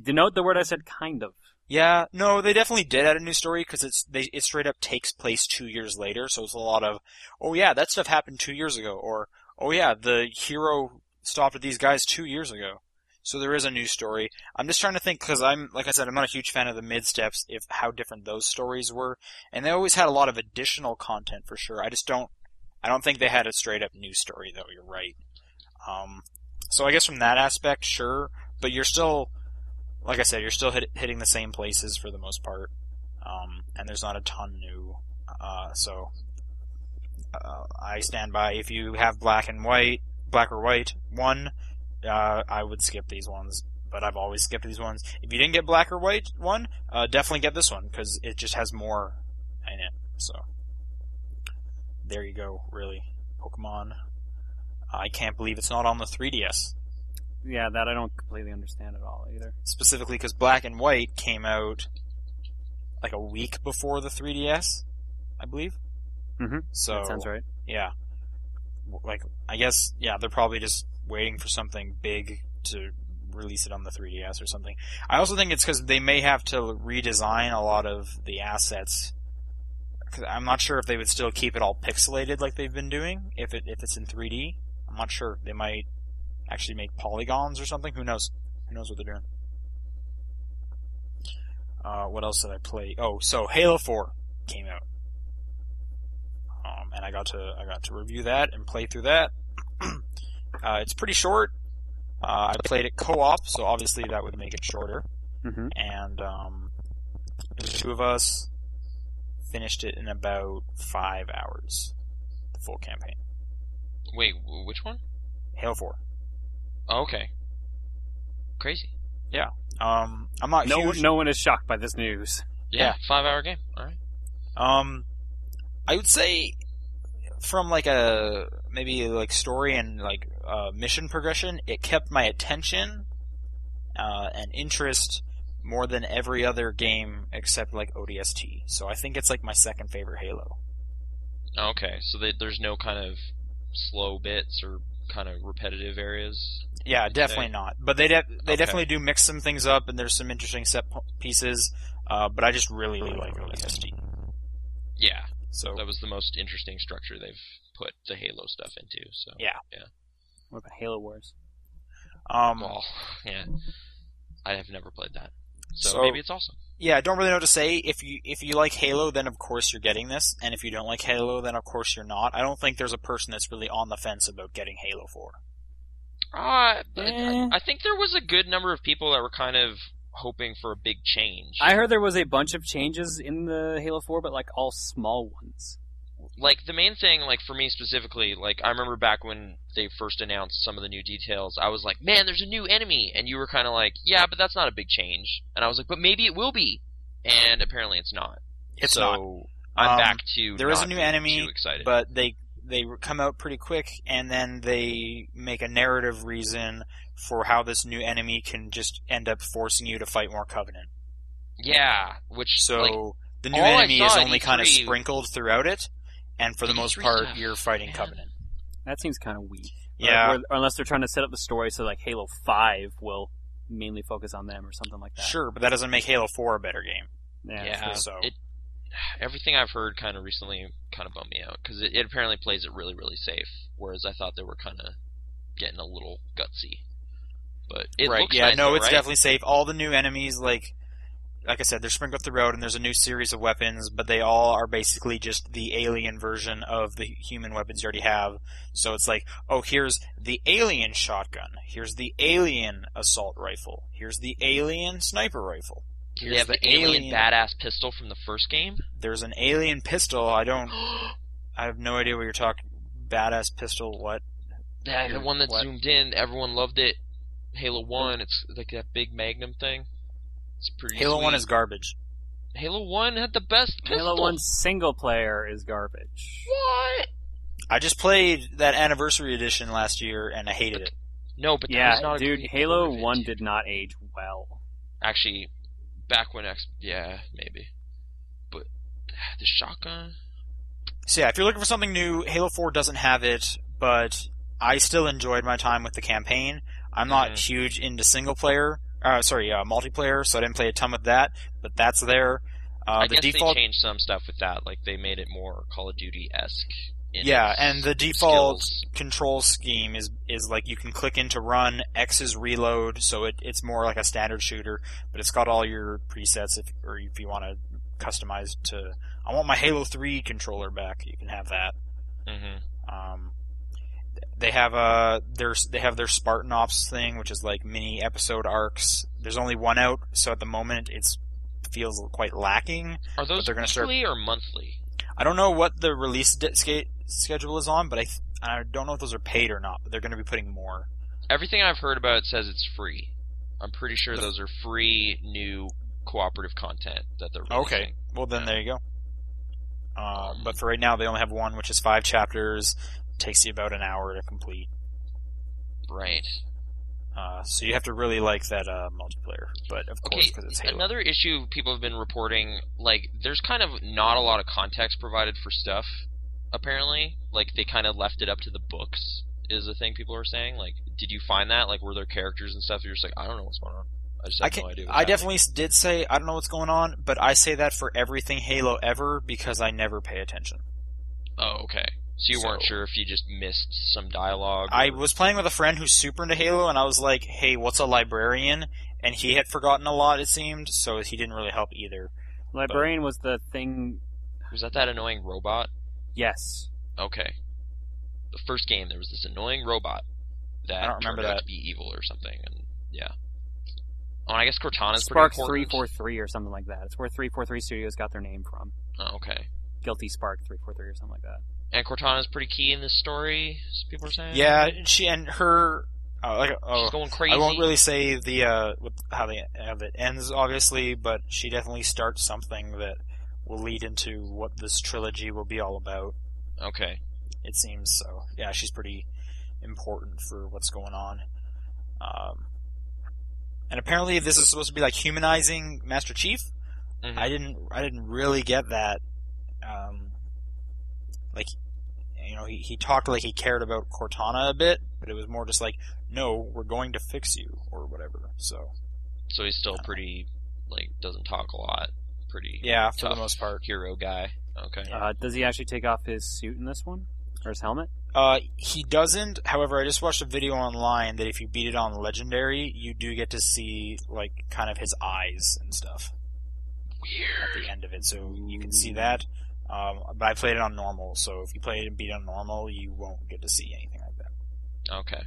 Denote the word I said, kind of.
Yeah, no, they definitely did add a new story because it's they it straight up takes place two years later, so it's a lot of oh yeah, that stuff happened two years ago, or oh yeah, the hero stopped at these guys two years ago. So there is a new story. I'm just trying to think because I'm like I said, I'm not a huge fan of the mid steps. If how different those stories were, and they always had a lot of additional content for sure. I just don't, I don't think they had a straight up new story though. You're right. Um, so I guess from that aspect, sure, but you're still like I said, you're still hit, hitting the same places for the most part, um, and there's not a ton new. Uh, so uh, I stand by. If you have black and white, black or white one, uh, I would skip these ones. But I've always skipped these ones. If you didn't get black or white one, uh, definitely get this one because it just has more in it. So there you go. Really, Pokemon. I can't believe it's not on the 3DS
Yeah, that I don't completely understand at all either.
specifically because Black and White came out like a week before the 3DS, I believe.
Mhm.
So
that sounds right.
yeah, W- like I guess yeah, they're probably just waiting for something big to release it on the 3DS or something. I also think it's because they may have to redesign a lot of the assets. 'Cause I'm not sure if they would still keep it all pixelated like they've been doing if it if it's in 3D. I'm not sure. They might actually make polygons or something. Who knows? Who knows what they're doing? Uh, what else did I play? Oh, so Halo 4 came out, um, and I got to I got to review that and play through that. [CLEARS THROAT] uh, it's pretty short. Uh, I played it co-op, so obviously that would make it shorter.
Mm-hmm.
And um, it was two of us finished it in about five hours, the full campaign.
Wait, wh- which one?
Halo 4.
Oh, okay. Crazy.
Um, I'm not
No,
huge.
one- no one is shocked by this news.
Yeah,
Yeah.
five hour game. All right.
Um, I would say from like a maybe like story and like uh, mission progression, it kept my attention uh, and interest more than every other game except like ODST. So I think it's like my second favorite Halo.
Okay, so they, there's no kind of slow bits or kind of repetitive areas.
Yeah, definitely not. But they de- they
Okay.
definitely do mix some things up, and there's some interesting set po- pieces. Uh, but I just really, really like ODST.
Yeah,
So
that was the most interesting structure they've put the Halo stuff into. So
Yeah.
What about Halo Wars?
um,
well, yeah, I have never played that, so,
So-
maybe it's awesome.
yeah, I don't really know what to say. If you if you like Halo, then of course you're getting this, and if you don't like Halo, then of course you're not. I don't think there's a person that's really on the fence about getting Halo Four.
Uh,
Eh.
I, I think there was a good number of people that were kind of hoping for a big change.
I heard there was a bunch of changes in the Halo 4, but like all small ones.
like the main thing like for me specifically like i remember back when they first announced some of the new details i was like man there's a new enemy and you were kind of like yeah but that's not a big change and i was like but maybe it will be and apparently it's not
It's
so
not,
i'm
Um,
back to
there is
not
a new
being
enemy,
too excited
but they they come out pretty quick, and then they make a narrative reason for how this new enemy can just end up forcing you to fight more Covenant.
yeah which
So
like,
the new
all I
enemy
saw
is
at
only kind of
E3
sprinkled throughout it, and for the most
E3
part,
stuff,
you're fighting
man.
Covenant.
That seems kind of weak. Like,
Yeah,
where- unless they're trying to set up the story so like Halo 5 will mainly focus on them or something like that.
sure, but that doesn't make Halo Four a better game.
Yeah.
yeah
so-
it everything I've heard kind of recently kind of bummed me out because it, it apparently plays it really really safe, whereas I thought they were kind of getting a little gutsy. But it
right?
looks
yeah,
nice,
no,
though,
it's
right?
definitely safe. All the new enemies, like like I said, they're sprinkled up the road, and there's a new series of weapons, but they all are basically just the alien version of the human weapons you already have. So it's like, oh, here's the alien shotgun, here's the alien assault rifle, here's the alien sniper rifle.
You
Here's
have the, alien badass pistol from the first
[GASPS]
game. [GASPS]
There's an alien pistol. I don't. I have no idea what you're talking. Badass pistol. What?
Yeah, the
Dude,
one that
what?
zoomed in, everyone loved it. Halo One, it's like that big Magnum thing. It's pretty.
Halo
sweet.
One is garbage.
Halo One had the best pistol.
Halo One single player is garbage.
What?
I just played that anniversary edition last year and I hated it.
No, but that was
yeah,
not a
dude,
great
Halo
move it.
One did not age well.
actually back when X. Yeah, maybe. But the shotgun.
So yeah, if you're looking for something new, Halo 4 doesn't have it, but I still enjoyed my time with the campaign. I'm not
Mhm.
huge into single player, uh, sorry, uh, multiplayer, so I didn't play a ton with that, but that's there. Uh,
I
the
guess
default,
they changed some stuff with that. Like they made it more Call of Duty esque.
yeah, and the default control scheme is is like you can click into run, X is reload, so it, it's more like a standard shooter, but it's got all your presets if or if you want to customize to. I want my Halo 3 controller back. You can have that.
hmm
Um, they have a their they have their Spartan Ops thing, which is like mini episode arcs. There's only one out, so at the moment it's feels quite lacking.
Are those
they're gonna start-
weekly or monthly?
I don't know what the release di- sca- schedule is on, but I th- I don't know if those are paid or not. But they're going to be putting more.
Everything I've heard about it says it's free. I'm pretty sure
The-
those are free new cooperative content that they're releasing.
Okay. Well, then there you go. Uh, but for right now, they only have one, which is five chapters. Takes you about an hour to complete.
Right.
Uh, so you have to really like that uh, multiplayer. But of course,
Okay,
because it's Halo.
another issue people have been reporting, like there's kind of not a lot of context provided for stuff. Apparently, like they kind of left it up to the books is a thing people are saying. Like, did you find that? Like, were there characters and stuff? You're just like, I don't know what's going on. I just have
I can-
no idea. what's
I
happening."
definitely s- did say I don't know what's going on, but I say that for everything Halo ever because I never pay attention.
Oh, okay. So you weren't
So-
sure if you just missed some dialogue.
I
or-
was playing with a friend who's super into Halo, and I was like, "Hey, what's a librarian?" And he had forgotten a lot, it seemed, so he didn't really help either.
Librarian was the thing.
was that that annoying robot?
Yes,
Okay. The first game, there was this annoying robot that
I don't remember
turned out
that.
to be evil or something, and yeah. Oh, and I guess Cortana's
Spark
pretty
three
important.
four three or something like that. It's where three four three Studios got their name from.
Oh, okay.
Guilty Spark three four three or something like that.
And Cortana's pretty key in this story. s- People are saying.
Yeah, she and her, uh, like, oh,
Mm. She's going crazy.
I won't really say the uh, with how the how it ends, obviously, but she definitely starts something that will lead into what this trilogy will be all about.
Okay.
it seems so. Yeah, she's pretty important for what's going on. Um, and apparently, this is supposed to be like humanizing Master Chief.
Mhm.
I didn't, I didn't really get that. Um, like, you know, he, he talked like he cared about Cortana a bit, but it was more just like, no, we're going to fix you or whatever. So
So he's still pretty, like, doesn't talk a lot. Pretty.
yeah, for
Tough.
the most part,
Hero guy. Okay.
Uh, does he actually take off his suit in this one or his helmet?
uh, he doesn't. However, I just watched a video online that if you beat it on legendary, you do get to see like kind of his eyes and stuff.
Weird.
at the end of it, so you can see that. Um, but I played it on normal, so if you play it and beat it on normal, you won't get to see anything like that.
Okay.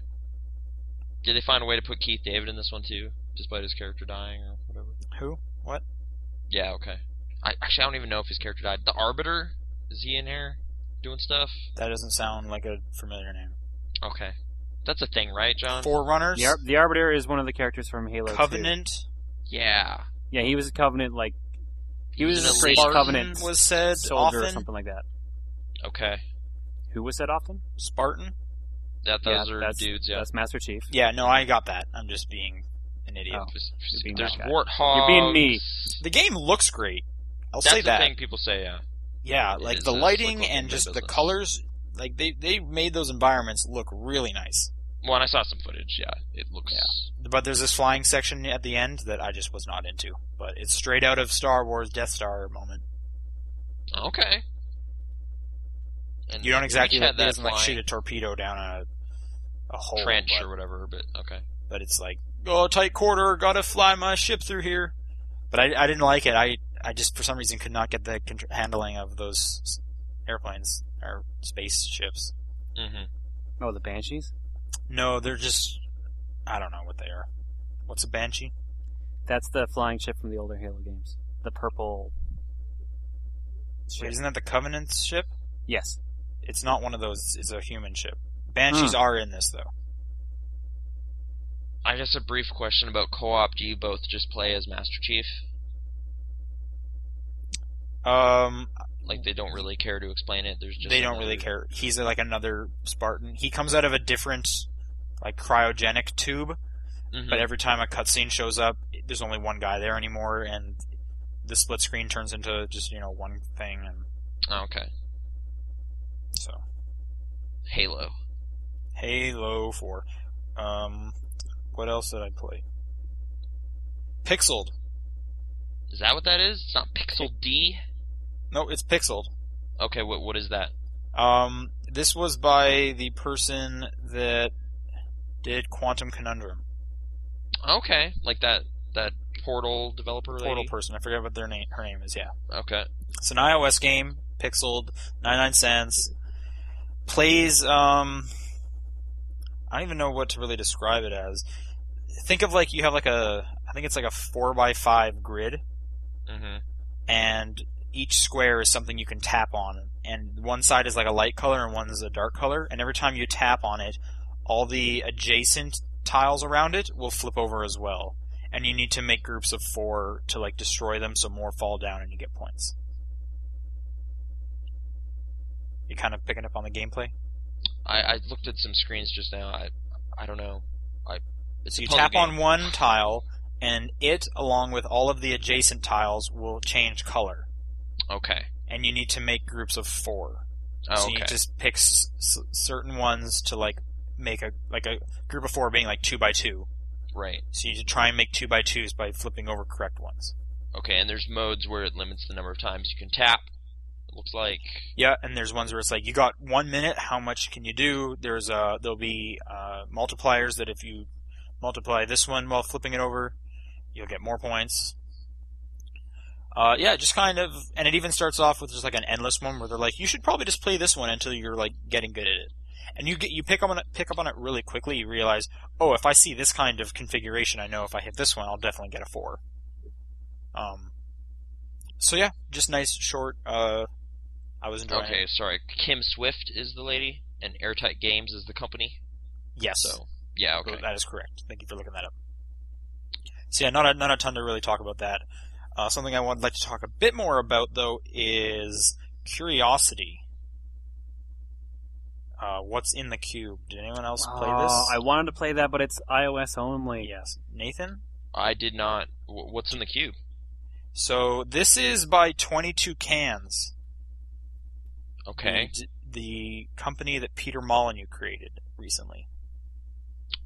Did they find a way to put Keith David in this one too, despite his character dying or whatever?
Who? What?
Yeah, okay. I actually I don't even know if his character died. The Arbiter is he in here doing stuff?
That doesn't sound like a familiar name.
Okay, that's a thing, right, John?
Forerunners,
The, Ar- the Arbiter is one of the characters from Halo. 2.
Covenant.
Yeah,
Yeah, he was a Covenant like he was
He's an
a straight
elite
Covenant
was said
soldier or
often.
something like that.
okay.
Who was that often?
Spartan.
That those
yeah,
are
that's,
dudes. Yeah,
that's Master Chief.
Yeah, no, I got that. I'm just being an idiot.
Oh.
There's-
You're being
there's
that guy.
warthogs.
You're being me.
The game looks great. I'll
That's
say
the
that.
thing people say. uh, Yeah,
Yeah,
It
like
is
the
a
lighting
slick
and
looking
just the
business.
colors. Like they they made those environments look really nice.
Well, and I saw some footage. Yeah, it looks.
but there's this flying section at the end that I just was not into. But it's straight out of Star Wars Death Star moment.
Okay. And
You
[LAUGHS]
don't exactly
Reach
like,
had
it
Mm-hmm. that
doesn't like shoot
flying
a torpedo down a a hole,
trench
but,
or whatever, but okay.
but it's like oh tight quarter, gotta fly my ship through here. But I, I didn't like it. I I just for some reason could not get the contr- handling of those s- airplanes or spaceships.
hmm
Oh, the Banshees?
No, they're just I don't know what they are. What's a banshee?
That's the flying ship from the older Halo games. The purple.
Wait,
ship.
isn't that the Covenant ship?
Yes.
It's not one of those. It's a human ship. Banshees are in this though.
I guess a brief question about co-op. Do you both just play as Master Chief?
Um,
Like they don't really care to explain it. There's just
they don't really
another-
care. He's like another Spartan. He comes out of a different, like cryogenic tube,
Mhm.
but every time a cutscene shows up, there's only one guy there anymore, and the split screen turns into just you know one thing, and
Oh, okay.
so
Halo.
Halo Four. Um, what else did I play? Pixeled.
Is that what that is? It's not
[LAUGHS]
Pixel D.
No, it's Pixeled.
Okay. What what is that?
Um, this was by the person that did Quantum Conundrum.
Okay. Like that that portal developer.
Portal
lady?
person. I forget what their name. Her name is. Yeah.
Okay.
It's an iOS game, pixeled, 99 cents. Plays, um, I don't even know what to really describe it as. Think of like you have like a, I think it's like a 4x5 grid,
hmm
and each square is something you can tap on. And one side is like a light color and one is a dark color. And every time you tap on it, all the adjacent tiles around it will flip over as well. And you need to make groups of four to like destroy them so more fall down and you get points. You kind of picking up on the gameplay?
I I looked at some screens just now. I I don't know. I it's a
So you
puzzle
tap
game.
on one tile, and it, along with all of the adjacent tiles, will change color.
Okay.
And you need to make groups of four.
Oh,
so you
okay.
just pick s- s- certain ones to like make a like a group of four being like two by two.
Right.
So you just try and make two by twos by flipping over correct ones.
Okay. And there's modes where it limits the number of times you can tap. It looks like.
Yeah, and there's ones where it's like you got one minute. How much can you do? There's uh there'll be uh, multipliers that if you multiply this one while flipping it over, you'll get more points. Uh, yeah, just kind of, and it even starts off with just like an endless one where they're like, you should probably just play this one until you're like getting good at it, and you get you pick up on it, pick up on it really quickly. You realize, oh, if I see this kind of configuration, I know if I hit this one, I'll definitely get a four. Um, so yeah, just nice short. Uh, I was enjoying.
Okay.
It.
Sorry. Kim Swift is the lady, and Airtight Games is the company.
Yes.
So yeah. Okay.
That is correct. Thank you for looking that up. So yeah, not a, not a ton to really talk about that. Uh, something I would like to talk a bit more about though is curiosity. Uh, what's in the cube? Did anyone else play
Oh,
this?
I wanted to play that, but it's iOS only.
yes, Nathan.
I did not. wh- What's in the cube?
So this is by Twenty Two Cans,
Okay.
the, the company that Peter Molyneux created recently. Mm-hmm.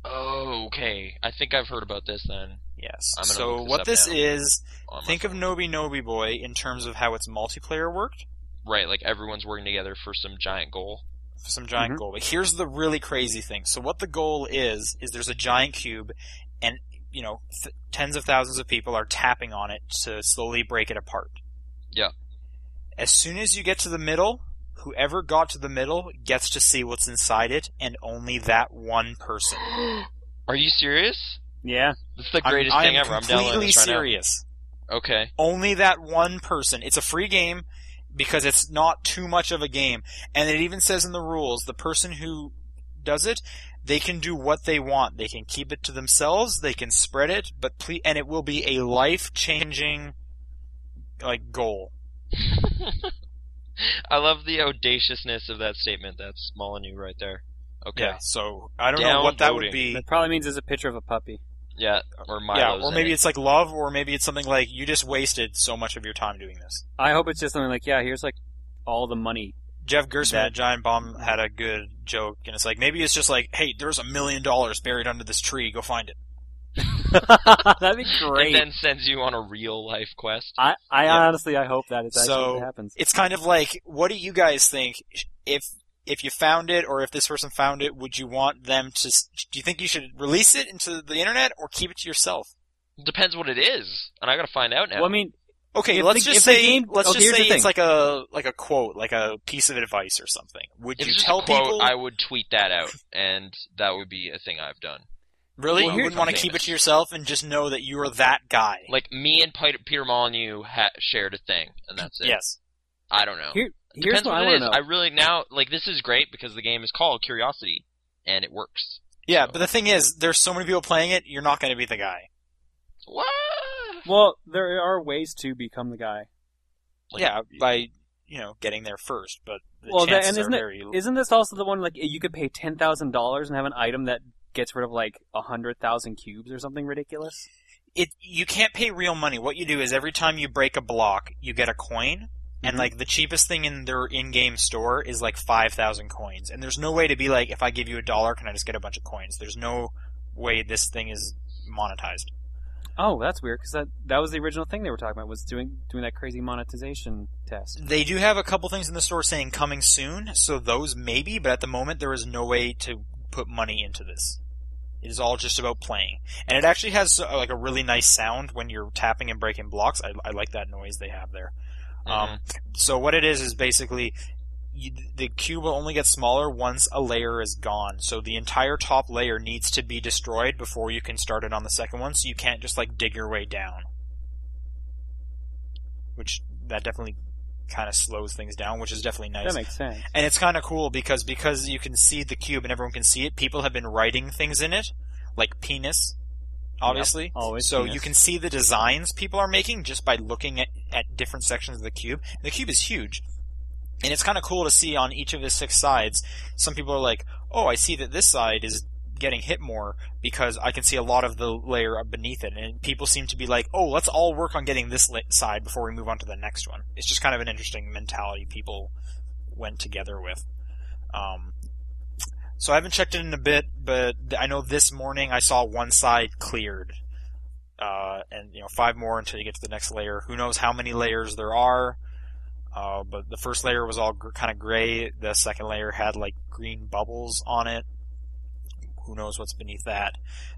Oh, okay. I think I've heard about this then.
Yes.
I'm gonna
So
look this
what
up
this
now.
is,
on my
think of
phone.
Nobi Nobi Boy in terms of how its multiplayer worked.
Right, like everyone's working together for some giant goal.
for some giant
Mhm.
goal. But here's the really crazy thing. So what the goal is is there's a giant cube, and you know th- tens of thousands of people are tapping on it to slowly break it apart.
Yeah.
As soon as you get to the middle, whoever got to the middle gets to see what's inside it, and only that one person.
Are you serious?
Yeah.
That's the
I'm-
greatest
I am
thing ever. I'm downloading
completely
this right
serious.
now. Okay. [LAUGHS]
Only that one person. It's a free game because it's not too much of a game. And it even says in the rules the person who does it, they can do what they want. They can keep it to themselves, they can spread it, but ple- and it will be a life-changing like goal.
I love the audaciousness of that statement. That's Molyneux right there. Okay.
So I don't know what that would
Downloading.
be.
That probably means there's a picture of a puppy.
Yeah, or Milo's
yeah, or
in
maybe
it.
it's like love or maybe it's something like you just wasted so much of your time doing this.
I hope it's just something like, yeah, here's like all the money. [LAUGHS]
Jeff Gerstmann
That-
at Giant Bomb had a good joke, and it's like maybe it's just like, hey, there's a million dollars buried under this tree. Go find it.
That'd be
and
great.
then sends you on a real life quest.
I, I
Yeah.
honestly, I hope that it's actually
So-
what happens.
It's kind of like, what do you guys think? If if you found it, or if this person found it, would you want them to? s- Do you think you should release it into the internet, or keep it to yourself?
Depends what it is, and I gotta find out now.
Well, I mean,
Okay,
If
let's
the-
just
if the
say
game-
let's
oh,
just
here's
say
the
it's
thing.
like a like a quote, like a piece of advice or something. Would
if
you
it's just
tell
a quote,
people?
I would tweet that out, and that would be a thing I've done.
really,
Well,
you
here's
wouldn't want to
something.
keep it to yourself and just know that you are that guy.
Like me and Peter, Peter Molyneux ha- shared a thing, and that's it.
yes.
I don't know.
here, here's
Depends
what
what,
I
it
want
is.
to know.
I really now like this is great because the game is called Curiosity, and it works.
Yeah, but the thing is, there's so many people playing it. You're not going to be the guy.
What?
Well, there are ways to become the guy.
Like-
yeah, by you know getting there first, but the
Well, that-
chances
and isn't
are
it-
very.
Isn't this also the one like you could pay ten thousand dollars and have an item that gets rid of like a hundred thousand cubes or something ridiculous?
it you can't pay real money. What you do is every time you break a block, you get a coin, and
Mhm.
like the cheapest thing in their in-game store is like five thousand coins. And there's no way to be like, if I give you a dollar, can I just get a bunch of coins? There's no way this thing is monetized.
Oh, that's weird because that that was the original thing they were talking about was doing doing that crazy monetization test.
They do have a couple things in the store saying coming soon, so those maybe, but at the moment there is no way to put money into this. It is all just about playing, and it actually has uh, like a really nice sound when you're tapping and breaking blocks. I, I like that noise they have there.
Mm-hmm.
Mm-hmm.
Um, so what it is is basically you, the cube will only get smaller once a layer is gone. So the entire top layer needs to be destroyed before you can start it on the second one. So you can't just like dig your way down, which that definitely kind of slows things down, which is definitely nice.
That makes sense.
And it's kind of cool because because you can see the cube and everyone can see it. People have been writing things in it, like penis, obviously.
Always.
So
penis.
you can see the designs people are making just by looking at, at different sections of the cube. And the cube is huge. And it's kind of cool to see on each of the six sides, some people are like, oh, I see that this side is getting hit more because I can see a lot of the layer up beneath it. And people seem to be like, oh, let's all work on getting this lit side before we move on to the next one. It's just kind of an interesting mentality people went together with. Um, so I haven't checked it in a bit, but th- I know this morning I saw one side cleared uh, and you know five more until you get to the next layer. Who knows how many layers there are? Uh, but the first layer was all gr- kind of gray. The second layer had like green bubbles on it. Who knows what's beneath that?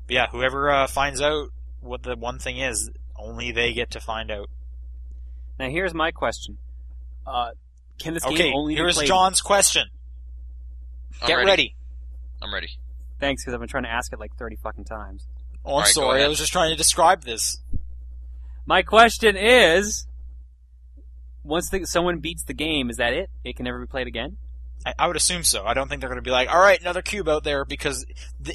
But yeah, whoever uh, finds out what the one thing is, only they get to find out.
Now here's my question: uh, Can this
okay,
game only be
here's
played?
John's question.
I'm
get
ready.
ready.
I'm ready.
Thanks, because I've been trying to ask it like thirty fucking times.
Oh, I'm
Alright, go
sorry. I
ahead.
was just trying to describe this.
My question is: Once the, someone beats the game, is that it? It can never be played again.
I, I would assume so. I don't think they're going to be like, all right, another cube out there because the,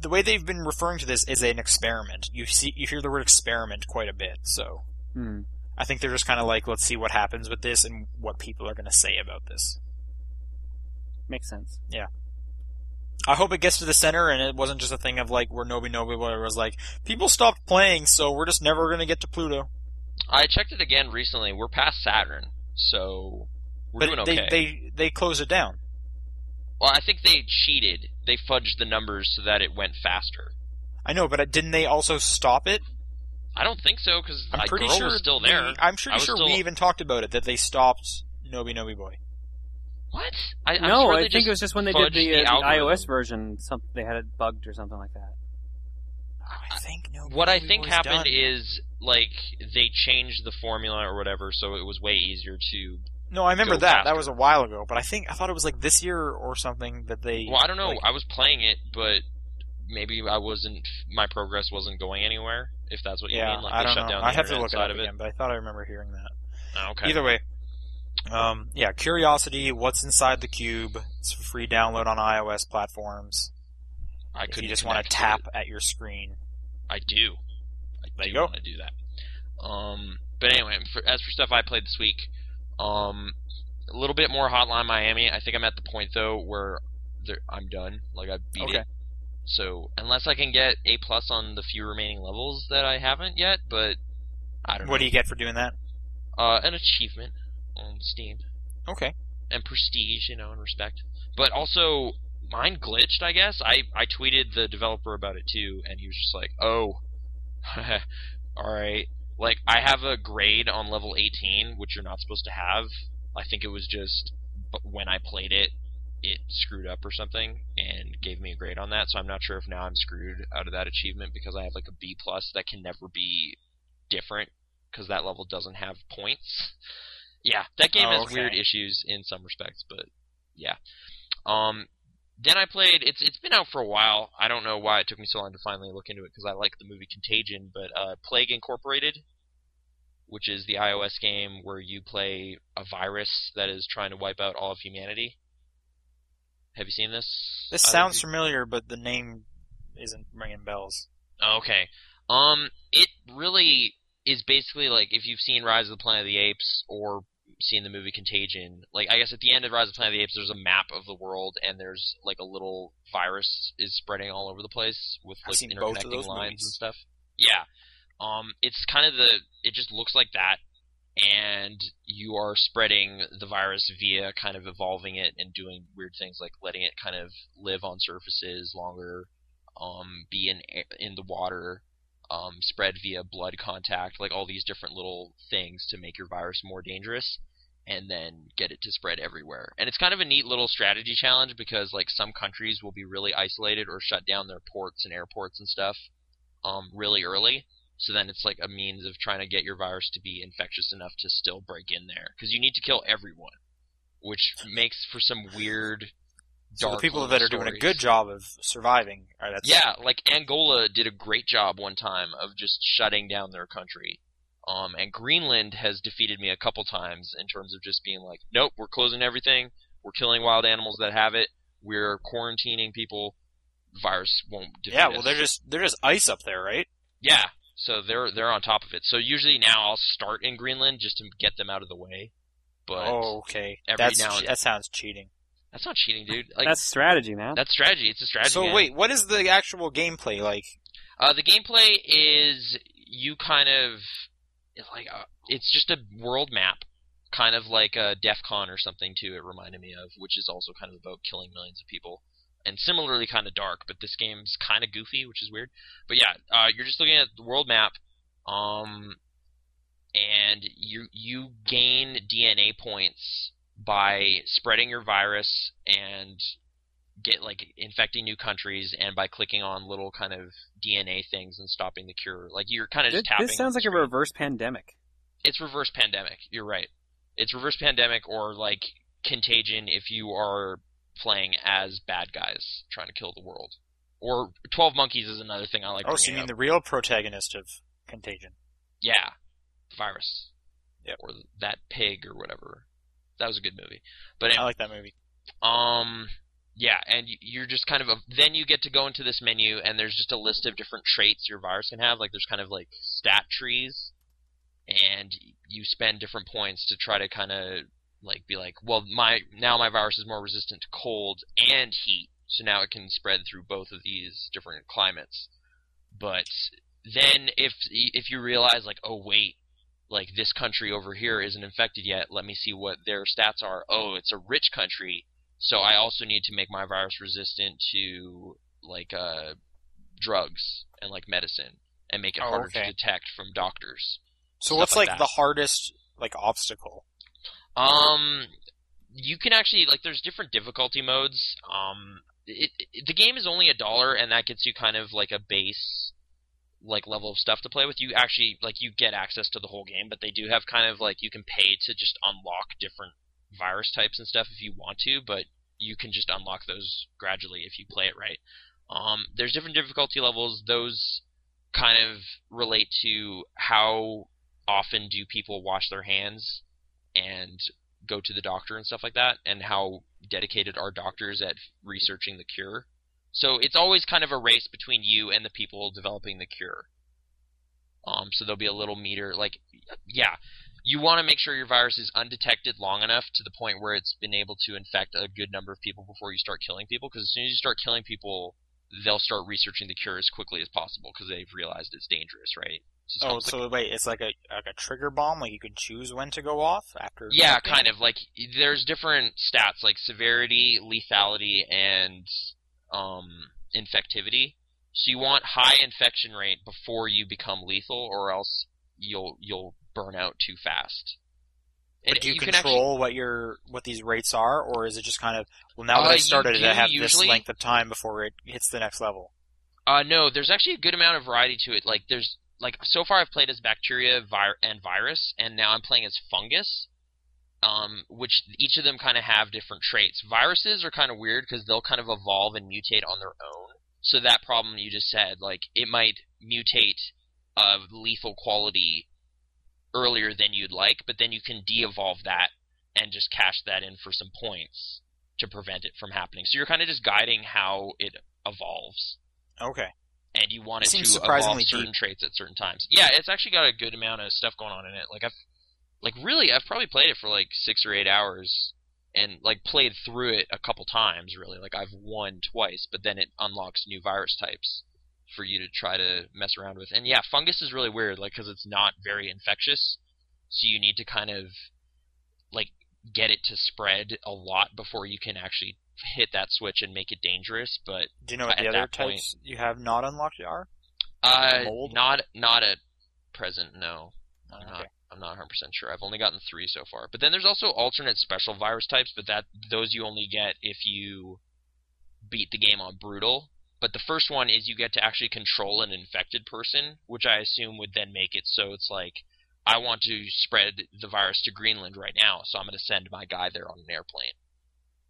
the way they've been referring to this is an experiment. You see, you hear the word experiment quite a bit, so
Hmm.
I think they're just kind of like, let's see what happens with this and what people are going to say about this.
Makes sense.
I hope it gets to the center and it wasn't just a thing of like where nobody nobody where it was like people stopped playing, so we're just never going to get to Pluto.
I checked it again recently. We're past Saturn, so we're doing
but they
okay.
they they close it down.
well, I think they cheated. They fudged the numbers so that it went faster.
I know, but uh, didn't they also stop it?
I don't think so because
I'm
like,
pretty
girl
sure
was still
we-
there.
I'm pretty
I was
sure we
still-
even talked about it that they stopped Nobi Nobi Boy.
What? I, I'm
no,
sure
I
they
think
just,
it was just when they did
fudged
the,
the
uh, the
algorithm.
iOS version. Some, they had it bugged or something like that.
I think no.
What I think happened is like they changed the formula or whatever, so it was way easier to.
No, I remember
go
that. That
faster.
was a while ago, but I think I thought it was like this year or something that they.
Well, I don't know.
like-
I was playing it, but maybe I wasn't. My progress wasn't going anywhere. If that's what you
yeah,
mean, like
I
they
don't
shut
know.
down the
I have to
internet
look it
side
up
of it.
again, but I thought I remember hearing that.
Oh, okay.
Either way, um, yeah, Curiosity, what's inside the cube? It's a free download on iOS platforms.
I
If
could
you just want to tap at your screen,
I do. I
There
do
you go.
want to do that. Um, but anyway, for, as for stuff I played this week, um, a little bit more Hotline Miami. I think I'm at the point though where there, I'm done. Like I beat
Okay.
it. So unless I can get a plus on the few remaining levels that I haven't yet, but I don't
what do
know.
you get for doing that?
uh, an achievement on Steam
Okay,
and prestige, you know, and respect. But also, mine glitched, I guess. I, I tweeted the developer about it too, and he was just like, oh, [LAUGHS] alright. Like, I have a grade on level 18, which you're not supposed to have. I think it was just but when I played it, it screwed up or something and gave me a grade on that. So I'm not sure if now I'm screwed out of that achievement because I have like a B plus that can never be different because that level doesn't have points. [LAUGHS] yeah, that game
Oh,
has
okay.
weird issues in some respects, but yeah. Um, then I played. It's it's been out for a while. I don't know why it took me so long to finally look into it because I like the movie Contagion, but uh, Plague Incorporated, which is the iOS game where you play a virus that is trying to wipe out all of humanity. Have you seen this?
This
Uh,
sounds familiar, but the name isn't ringing bells.
Okay. Um, it really is basically like if you've seen Rise of the Planet of the Apes or seen the movie Contagion. Like I guess at the end of Rise of the Planet of the Apes, there's a map of the world, and there's like a little virus is spreading all over the place with
I've
like
seen both of
interconnecting
those
lines
movies.
and stuff. Yeah. Um, it's kind of the it just looks like that, and you are spreading the virus via kind of evolving it and doing weird things like letting it kind of live on surfaces longer, um, be in air- in the water, um, spread via blood contact, like all these different little things to make your virus more dangerous, and then get it to spread everywhere. And it's kind of a neat little strategy challenge because like some countries will be really isolated or shut down their ports and airports and stuff, um, really early. So then it's like a means of trying to get your virus to be infectious enough to still break in there because you need to kill everyone, which makes for some weird.
So the
dark
people
little
that are doing a
stories.
good job of surviving are that's
Yeah, like Angola did a great job one time of just shutting down their country. Um, and Greenland has defeated me a couple times in terms of just being like, nope, we're closing everything. We're killing wild animals that have it. We're quarantining people. Virus won't defeat
yeah. Well,
us."
they're just they're just ice up there, right?
Yeah, so they're they're on top of it. So usually now I'll start in Greenland just to get them out of the way. But
oh, okay.
every
That's
now
che-
and-
that sounds cheating.
that's not cheating, dude. Like
That's strategy, man.
that's strategy. It's a strategy.
So
game.
wait, what is the actual gameplay like?
Uh, the gameplay is you kind of it's like uh, it's just a world map, kind of like uh, DEF CON or something too. It reminded me of, which is also kind of about killing millions of people, and similarly kind of dark. But this game's kind of goofy, which is weird. But yeah, uh, you're just looking at the world map, um, and you you gain DNA points by spreading your virus and get like infecting new countries and by clicking on little kind of DNA things and stopping the cure. Like you're kind of
this,
just tapping.
this sounds like a reverse pandemic.
it's reverse pandemic. You're right. It's reverse pandemic or like contagion if you are playing as bad guys trying to kill the world. Or Twelve Monkeys is another thing I like.
oh, so you
bringing
mean
up.
the real protagonist of Contagion?
Yeah, virus.
Yep.
Or that pig or whatever. That was a good movie. But anyway,
I like that movie.
Um, yeah, and y- you're just kind of a, then you get to go into this menu, and there's just a list of different traits your virus can have. Like there's kind of like stat trees, and you spend different points to try to kind of like be like, well, my now my virus is more resistant to cold and heat, so now it can spread through both of these different climates. But then if if you realize like, oh wait, like this country over here isn't infected yet, let me see what their stats are. Oh, it's a rich country, so I also need to make my virus resistant to like uh, drugs and like medicine, and make it
Oh,
harder to
okay.
detect from doctors.
So
Stuff
what's
like
like,
that.
the hardest like obstacle?
Um, you can actually like there's different difficulty modes. Um, it, it, the game is only a dollar, and that gets you kind of like a base like level of stuff to play with. You actually like you get access to the whole game, but they do have kind of like you can pay to just unlock different virus types and stuff if you want to, but you can just unlock those gradually if you play it right. Um, there's different difficulty levels. Those kind of relate to how often do people wash their hands and go to the doctor and stuff like that, and how dedicated are doctors at researching the cure. So it's always kind of a race between you and the people developing the cure. Um, so there'll be a little meter, like, yeah, you want to make sure your virus is undetected long enough to the point where it's been able to infect a good number of people before you start killing people. Because as soon as you start killing people, they'll start researching the cure as quickly as possible because they've realized it's dangerous, right? So it's
Oh,
called, like-
so wait, it's like a like a trigger bomb. Like you can choose when to go off after.
yeah, kind of like there's different stats like severity, lethality, and um, infectivity. So you want high infection rate before you become lethal, or else you'll you'll burn out too fast.
But
And
do you,
can
control
actually-
what your what these rates are, or is it just kind of well now that
Uh,
I
you
started it, I
do
have
usually-
this length of time before it hits the next level.
Uh, no, there's actually a good amount of variety to it. Like there's like so far I've played as bacteria vir- and virus, and now I'm playing as fungus. Um, which each of them kind of have different traits. Viruses are kind of weird because they'll kind of evolve and mutate on their own. So that problem you just said, like it might mutate of lethal quality earlier than you'd like, but then you can de-evolve that and just cash that in for some points to prevent it from happening. So you're kind of just guiding how it evolves
Okay,
and you want
It
it,
seems
to evolve
surprisingly
certain
deep.
traits at certain times. Yeah, it's actually got a good amount of stuff going on in it. Like I've, like really, I've probably played it for like six or eight hours, and like played through it a couple times. Really, like I've won twice, but then it unlocks new virus types for you to try to mess around with. And yeah, fungus is really weird, like because it's not very infectious, so you need to kind of like get it to spread a lot before you can actually hit that switch and make it dangerous. But
do you know what
At
the other
that point-
types you have not unlocked are?
uh,
mold?
not not at present. No, I'm
Okay.
not. I'm not 100 percent sure. I've only gotten three so far. But then there's also alternate special virus types, but that those you only get if you beat the game on brutal. But the first one is you get to actually control an infected person, which I assume would then make it so it's like I want to spread the virus to Greenland right now, so I'm going to send my guy there on an airplane.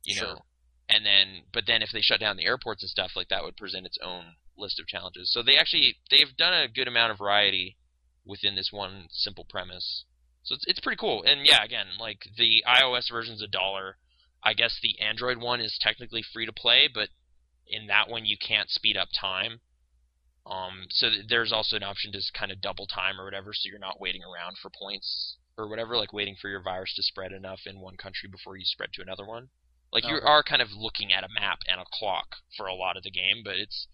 You
Sure.
know. And then but then if they shut down the airports and stuff, like that would present its own list of challenges. So they actually they've done a good amount of variety within this one simple premise. So it's it's pretty cool. And yeah, again, like the iOS version's a dollar. I guess the Android one is technically free to play, but in that one you can't speed up time. Um, so th- there's also an option to kind of double time or whatever, so you're not waiting around for points or whatever, like waiting for your virus to spread enough in one country before you spread to another one. Like you
Okay.
are kind of looking at a map and a clock for a lot of the game, but it's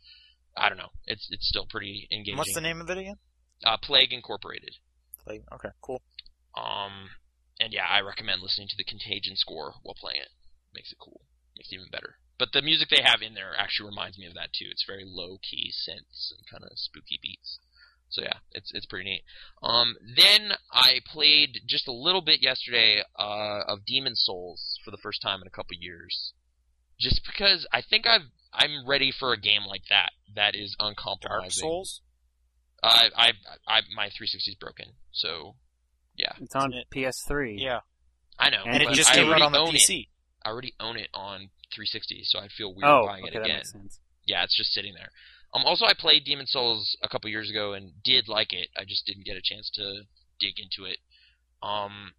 I don't know, it's it's still pretty engaging.
What's the name of it again?
Uh, Plague Incorporated.
Like, okay, cool.
Um, and yeah, I recommend listening to the Contagion score while playing it. Makes it cool. Makes it even better. But the music they have in there actually reminds me of that too. It's very low key synths and kind of spooky beats. So yeah, it's it's pretty neat. Um, then I played just a little bit yesterday uh, of Demon Souls for the first time in a couple years, just because I think I've I'm ready for a game like that that is uncompromising.
Dark Souls.
I I, I my 360's broken, so
It's on
Isn't it-
PS3.
Yeah,
I know.
And
and it
but
just
I
came out
already
on the
own it.
PC.
I already own it on 360, so I'd feel weird
Oh,
buying
okay,
it
that
again.
makes sense.
Yeah, it's just sitting there. Um, also, I played Demon Souls a couple years ago and did like it. I just didn't get a chance to dig into it. Um,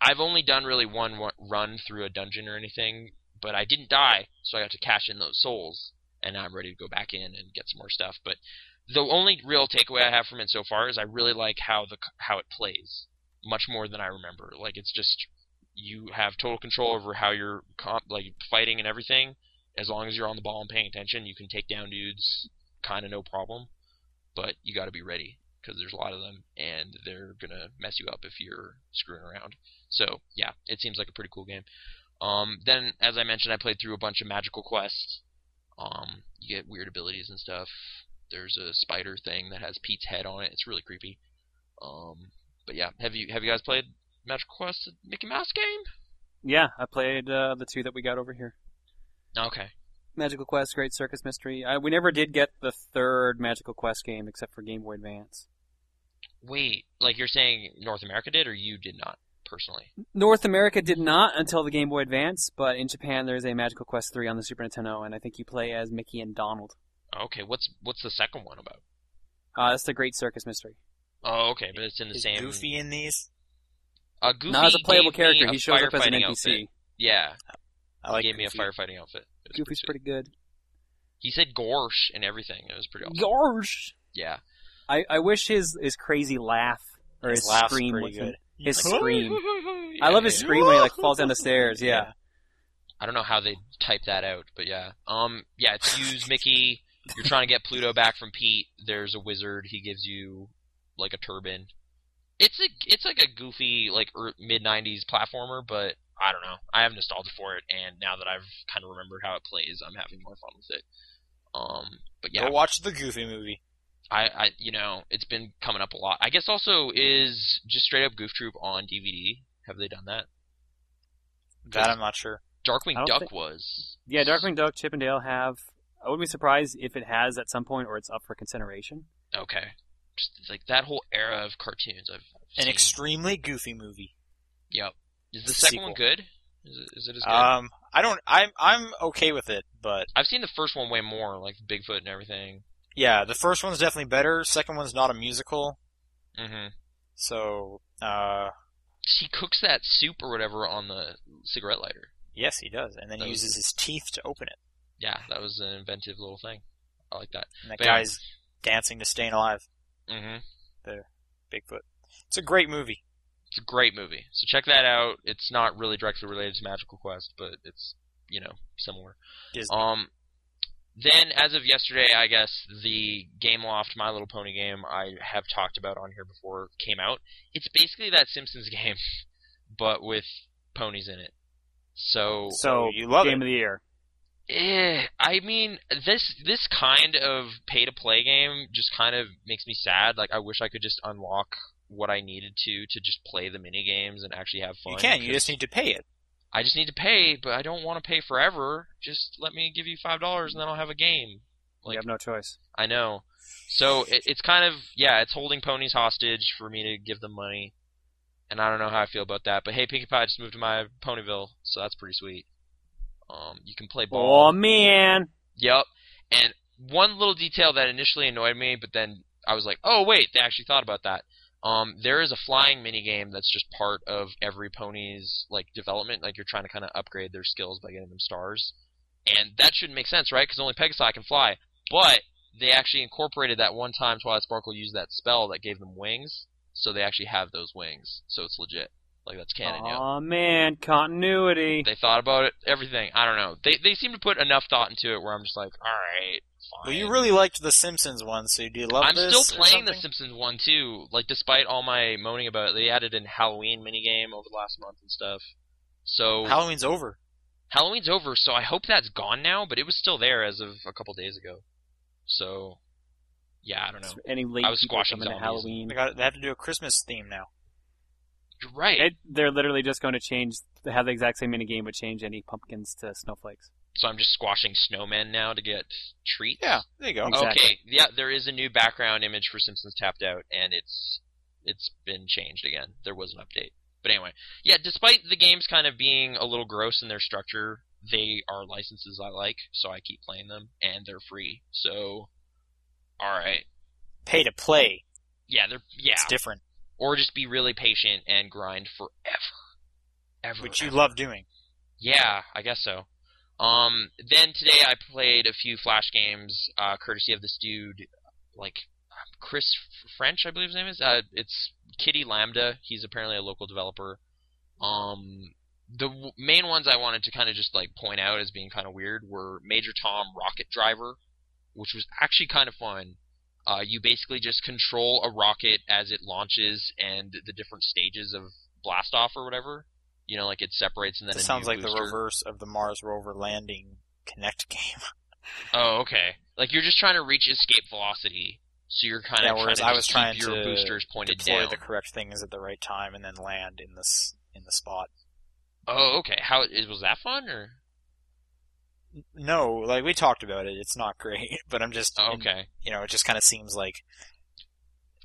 I've only done really one wa- run through a dungeon or anything, but I didn't die, so I got to cash in those souls, and now I'm ready to go back in and get some more stuff. But the only real takeaway I have from it so far is I really like how the c- how it plays much more than I remember. Like it's just you have total control over how you're comp- like fighting and everything. As long as you're on the ball and paying attention, you can take down dudes kind of no problem. But you got to be ready because there's a lot of them, and they're gonna mess you up if you're screwing around. So yeah, it seems like a pretty cool game. Um, then, as I mentioned, I played through a bunch of magical quests. Um, you get weird abilities and stuff. There's a spider thing that has Pete's head on it. It's really creepy. Um, but yeah, have you have you guys played Magical Quest Mickey Mouse game?
Yeah, I played uh, the two that we got over here.
Okay.
Magical Quest, Great Circus Mystery. I, we never did get the third Magical Quest game except for Game Boy Advance.
Wait, like you're saying North America did, or you did not personally?
North America did not until the Game Boy Advance, but in Japan there's a Magical Quest 3 on the Super Nintendo, and I think you play as Mickey and Donald.
Okay. What's what's the second one about?
Uh, that's the Great Circus Mystery.
Oh, okay, but it's in the
Is
same.
Goofy in these?
Uh, Goofy
Not as a playable
gave me
character,
a
he shows up as an
firefighting
NPC.
outfit. Yeah,
I like
he gave
Goofy.
me a firefighting outfit. It was
Goofy's
sick.
pretty good.
He said "gorsh" and everything. It was pretty awesome.
Gosh!
Yeah.
I, I wish his, his crazy laugh or his,
His laugh's
scream was
pretty good.
[LAUGHS] his
Like,
scream.
Yeah,
I love his
yeah.
scream when he like falls [LAUGHS] down the stairs. Yeah,
I don't know how they type that out, but yeah. Um, yeah,
[LAUGHS]
it's use Mickey. You're trying to get Pluto back from Pete. There's a wizard. He gives you like a turban. It's a it's like a goofy like mid '90s platformer, but I don't know. I have nostalgia for it, and now that I've kind of remembered how it plays, I'm having more fun with it. Um, but yeah,
Go watch the Goofy movie.
I, I you know it's been coming up a lot. I guess also is just straight up Goof Troop on DVD. Have they done that?
That I'm not sure.
I
Darkwing
don't
Duck
think-
was.
Yeah, Darkwing Duck, Chip and Dale have. I wouldn't be surprised if it has at some point or it's up for consideration.
Okay, just like that whole era of cartoons. I've
An
seen.
extremely Goofy movie.
Yep. Is the
It's a
second one
sequel.
good? Is it, is it as good?
Um, I don't. I'm I'm okay with it, but
I've seen the first one way more, like Bigfoot and everything.
yeah, the first one's definitely better. Second one's not a musical,
hmm
so uh,
She cooks that soup or whatever on the cigarette lighter.
yes, he does, and then he
Those-
uses his teeth to open it.
Yeah, that was an inventive little thing. I like that.
And that
But yeah.
guy's dancing to "Staying Alive,"
hmm
Bigfoot. It's a great movie.
It's a great movie, so check that out. It's not really directly related to Magical Quest, but it's you know similar.
Disney.
Um, then as of yesterday, I guess the Game Loft My Little Pony game I have talked about on here before came out. It's basically that Simpsons [LAUGHS] game, but with ponies in it. So
So,
you love
Game
it.
of the Year.
Eh, I mean, this this kind of pay to play game just kind of makes me sad. Like, I wish I could just unlock what I needed to to just play the mini games and actually have fun.
you can. You
'cause
just need to pay it.
I just need to pay, but I don't want to pay forever. Just let me give you five dollars and then I'll have a game. Like-
you have no choice.
I know. So it, it's kind of yeah, it's holding ponies hostage for me to give them money, and I don't know how I feel about that. But hey, Pinkie Pie just moved to my Ponyville, so that's pretty sweet. Um, you can play ball.
Oh man,
Yep. And one little detail that initially annoyed me, but then I was like, oh wait, they actually thought about that. Um, there is a flying minigame that's just part of every pony's like development. Like you're trying to kind of upgrade their skills by getting them stars, and that shouldn't make sense, right? Because only Pegasi can fly. But they actually incorporated that one time Twilight Sparkle used that spell that gave them wings, so they actually have those wings. So it's legit. Like that's canon. yeah.
oh man, continuity.
They thought about it, everything. I don't know. They they seem to put enough thought into it where I'm just like, all right, fine.
Well, you really liked the Simpsons one, so do you love
I'm
this?
still
or
playing the
something?
Simpsons one too. Like despite all my moaning about it, they added in Halloween minigame over the last month and stuff. So
Halloween's over.
Halloween's over, so I hope that's gone now. But it was still there as of a couple days ago. So yeah, I don't know.
Any late
I was
people
squashing
coming to
zombies.
Halloween?
They, got, they have to do a Christmas theme now.
You're right.
It, they're literally just going to change, have the exact same minigame, but change any pumpkins to snowflakes.
so I'm just squashing snowmen now to get treats.
Yeah, there you go.
Exactly.
Okay. Yeah, there is a new background image for Simpsons Tapped Out, and it's it's been changed again. There was an update, but anyway, yeah. Despite the games kind of being a little gross in their structure, they are licenses I like, so I keep playing them, and they're free. So, all right,
Pay to play.
yeah, they're yeah,
It's different,
or just be really patient and grind forever, ever.
which you
ever.
love doing.
Yeah, I guess so. Um, then today I played a few Flash games, uh, courtesy of this dude, like Chris F- French, I believe his name is. Uh, it's Kitty Lambda. He's apparently a local developer. Um, the w- main ones I wanted to kind of just like point out as being kind of weird were Major Tom Rocket Driver, which was actually kind of fun. Uh, you basically just control a rocket as it launches and the different stages of blast off or whatever. You know, like it separates and then
That
a
sounds
new
like the
booster-
reverse of the Mars rover landing Connect game.
Oh, okay. Like you're just trying to reach escape velocity, so you're kind
Yeah,
of trying
whereas
to
I
just
was
keep
trying
your
to
boosters pointed
Deploy
down.
the correct things at the right time and then land in this in the spot.
Oh, okay. How is was that fun or?
No, like we talked about it, it's not great. [LAUGHS] But I'm just
Oh, okay.
You know, it just kind of seems like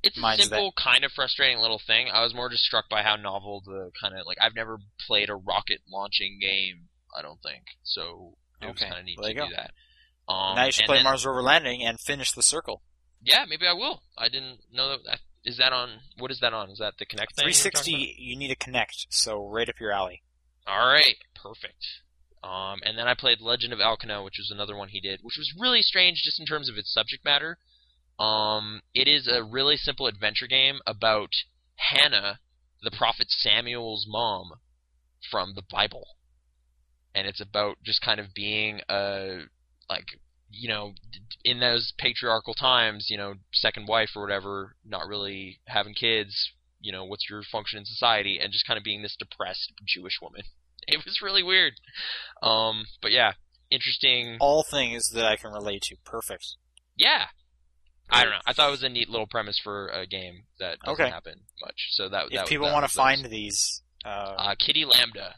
It's a
mine's that-
simple, kind of frustrating little thing. I was more just struck by how novel the kind of like I've never played a rocket launching game. I don't think so. It was
Okay,
kind of neat
well,
to
there you
do that. Um,
now you should
and
play
then-
Mars rover landing and finish the circle.
Yeah, maybe I will. I didn't know that. that- Is that on? What is that on? Is that the Connect thing? you were talking about?
360, you need to connect, so right up your alley.
All right, perfect. Um, and then I played Legend of Alcano, which was another one he did, which was really strange just in terms of its subject matter. Um, it is a really simple adventure game about Hannah, the prophet Samuel's mom from the Bible, and it's about just kind of being a like you know, d- in those patriarchal times, you know, second wife or whatever, not really having kids, you know, what's your function in society, and just kind of being this depressed Jewish woman. [LAUGHS] It was really weird. Um, but yeah, interesting.
All things that I can relate to. Perfect.
Yeah. I don't know. I thought it was a neat little premise for a game that doesn't
Okay.
happen much. So that
if people
want
want to find these, uh,
uh, Kitty Lambda,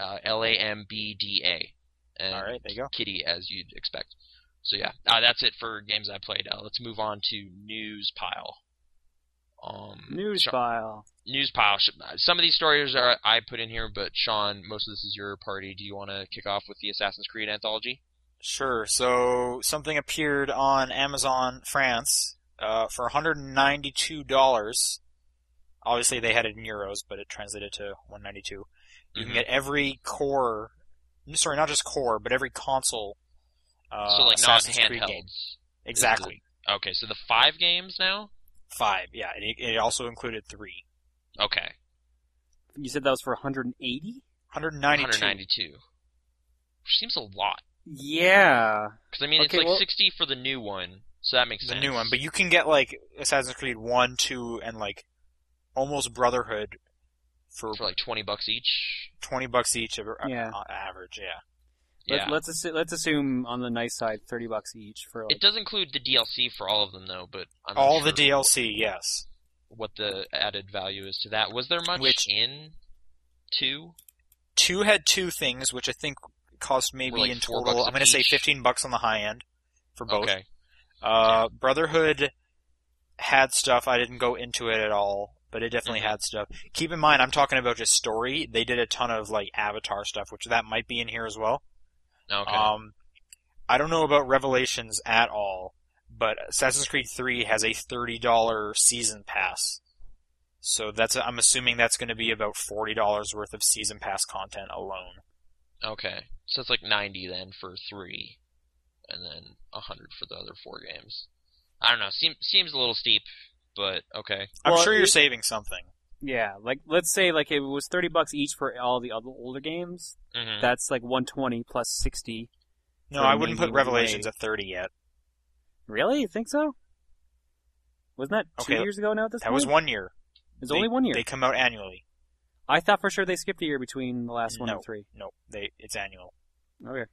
uh, L A M B D A, and
all right, there you go.
Kitty as you'd expect. So yeah, uh, that's it for games I played. Uh, let's move on to news pile. Um,
News
Sha-
file.
news pile. Sh- uh, Some of these stories are I put in here, but Sean, most of this is your party. Do you want to kick off with the Assassin's Creed anthology?
Sure. So something appeared on Amazon France uh, for 192 dollars. Obviously, they had it in euros, but it translated to 192. You can
Mhm.
get every core, sorry, not just core, but every console. Uh,
so like
Assassin's Creed game.
non-handhelds.
Exactly.
Okay, so the five games now.
Five. Yeah, and it, it also included three.
Okay,
You said that was for 180?
192.
192, which seems a lot.
Yeah.
Because I mean, it's
Okay,
like
well-
60 for the new one, so that makes
the
sense.
new one, but you can get like Assassin's Creed One, Two, and like almost Brotherhood for,
for like 20 bucks each.
twenty bucks each, of- uh,
Yeah.
on average. Yeah,
Yeah.
Let, let's assu- let's assume on the nice side, 30 bucks each for like,
It does include the DLC for all of them though, but I'm not
all
sure
the DLC. Yes,
what the added value is to that. Was there much
Which-
in two?
two had two things, which I think cost maybe
like
in
four
total.
bucks
I'm going to say
apiece.
fifteen bucks on the high end for both.
Okay.
Uh, Brotherhood had stuff. I didn't go into it at all, but it definitely
Mhm.
had stuff. Keep in mind, I'm talking about just story. They did a ton of like Avatar stuff, which that might be in here as well.
Okay.
Um, I don't know about Revelations at all, but Assassin's Creed 3 has a $30 season pass. So that's I'm assuming that's going to be about $40 worth of season pass content alone.
okay. So it's like 90 then for three, and then 100 for the other four games. I don't know. Seems seems a little steep, but okay.
I'm
Well,
sure you're
it-
saving something.
yeah, like let's say like it was 30 bucks each for all the other older games.
hmm
That's like 120 plus 60.
No,
for
I wouldn't put
making
Revelations
way.
at 30 yet.
Really? You think so? Wasn't that two
Okay,
years ago now at this
That
point?
was one year.
It's
They-
only one year.
They come out annually.
I thought for sure they skipped a year between the last one
no,
and three.
No, they it's annual.
Okay.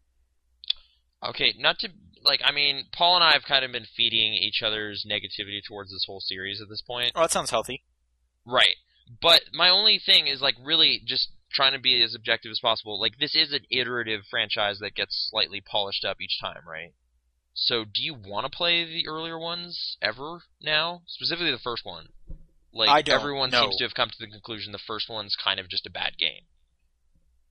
Okay, not to like. I mean, Paul and I have kind of been feeding each other's negativity towards this whole series at this point.
Oh, that sounds healthy.
Right. But my only thing is like really just trying to be as objective as possible. Like this is an iterative franchise that gets slightly polished up each time, right? So do you want to play the earlier ones ever now? Specifically the first one. Like
I don't,
everyone
no.
seems to have come to the conclusion the first one's kind of just a bad game.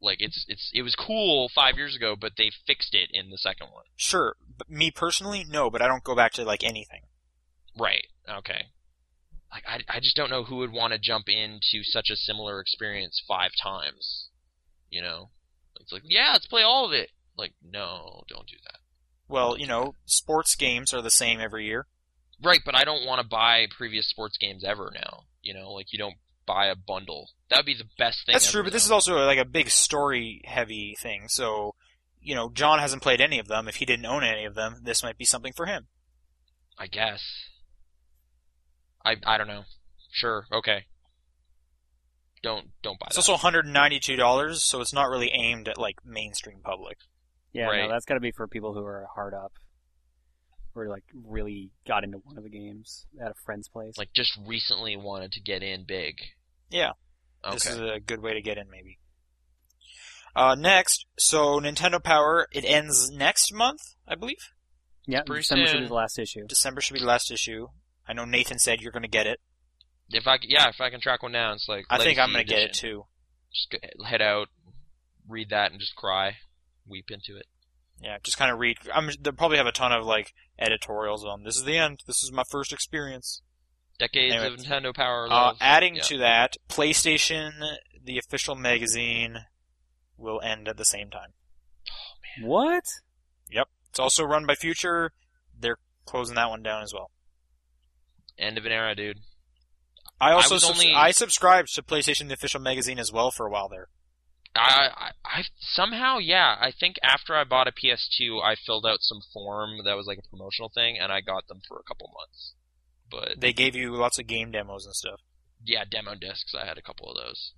Like it's it's it was cool 5 years ago, but they fixed it in the second one.
Sure, but me personally, no, but I don't go back to like anything.
Right. Okay. Like I, I just don't know who would want to jump into such a similar experience five times. You know, it's like yeah, let's play all of it. Like no, don't do that.
Well, you know, sports games are the same every year.
Right, but I don't want to buy previous sports games ever now. You know, like you don't buy a bundle. That would be the best thing.
That's
ever,
true, but this is
though.
also like a big story heavy thing. So, you know, John hasn't played any of them. If he didn't own any of them, this might be something for him.
I guess. I I don't know. Sure. Okay. Don't don't buy
It's
that.
also $192, so it's not really aimed at like mainstream public.
Yeah,
Right.
no, that's got to be for people who are hard up, or like really got into one of the games at a friend's place.
like just recently wanted to get in big.
Yeah.
Okay.
This is a good way to get in, maybe. Uh, next, so Nintendo Power, it ends next month, I believe.
yeah,
pretty
December should be
soon.
the last issue.
December should be the last issue. I know Nathan said you're going to get it.
If I c- yeah, if I can track one down, it's like
I think
Legacy
I'm going to get it
Edition.
too.
Just go- head out, read that, and just cry, weep into it.
Yeah, just kind of read. I'm, they'll probably have a ton of like editorials on this is the end. This is my first experience.
Decades
Anyway.
of Nintendo power.
Uh,
Love.
adding
yeah.
to that, PlayStation, the official magazine, will end at the same time.
What?
It's also run by Future. They're closing that one down as well.
End of an era, dude.
I also
was
subs-
only-
I subscribed to PlayStation the official magazine as well for a while there.
I, I, I somehow, yeah, I think after I bought a PS2, I filled out some form that was like a promotional thing, and I got them for a couple months. But
They gave you lots of game demos and stuff.
yeah, demo discs, I had a couple of those.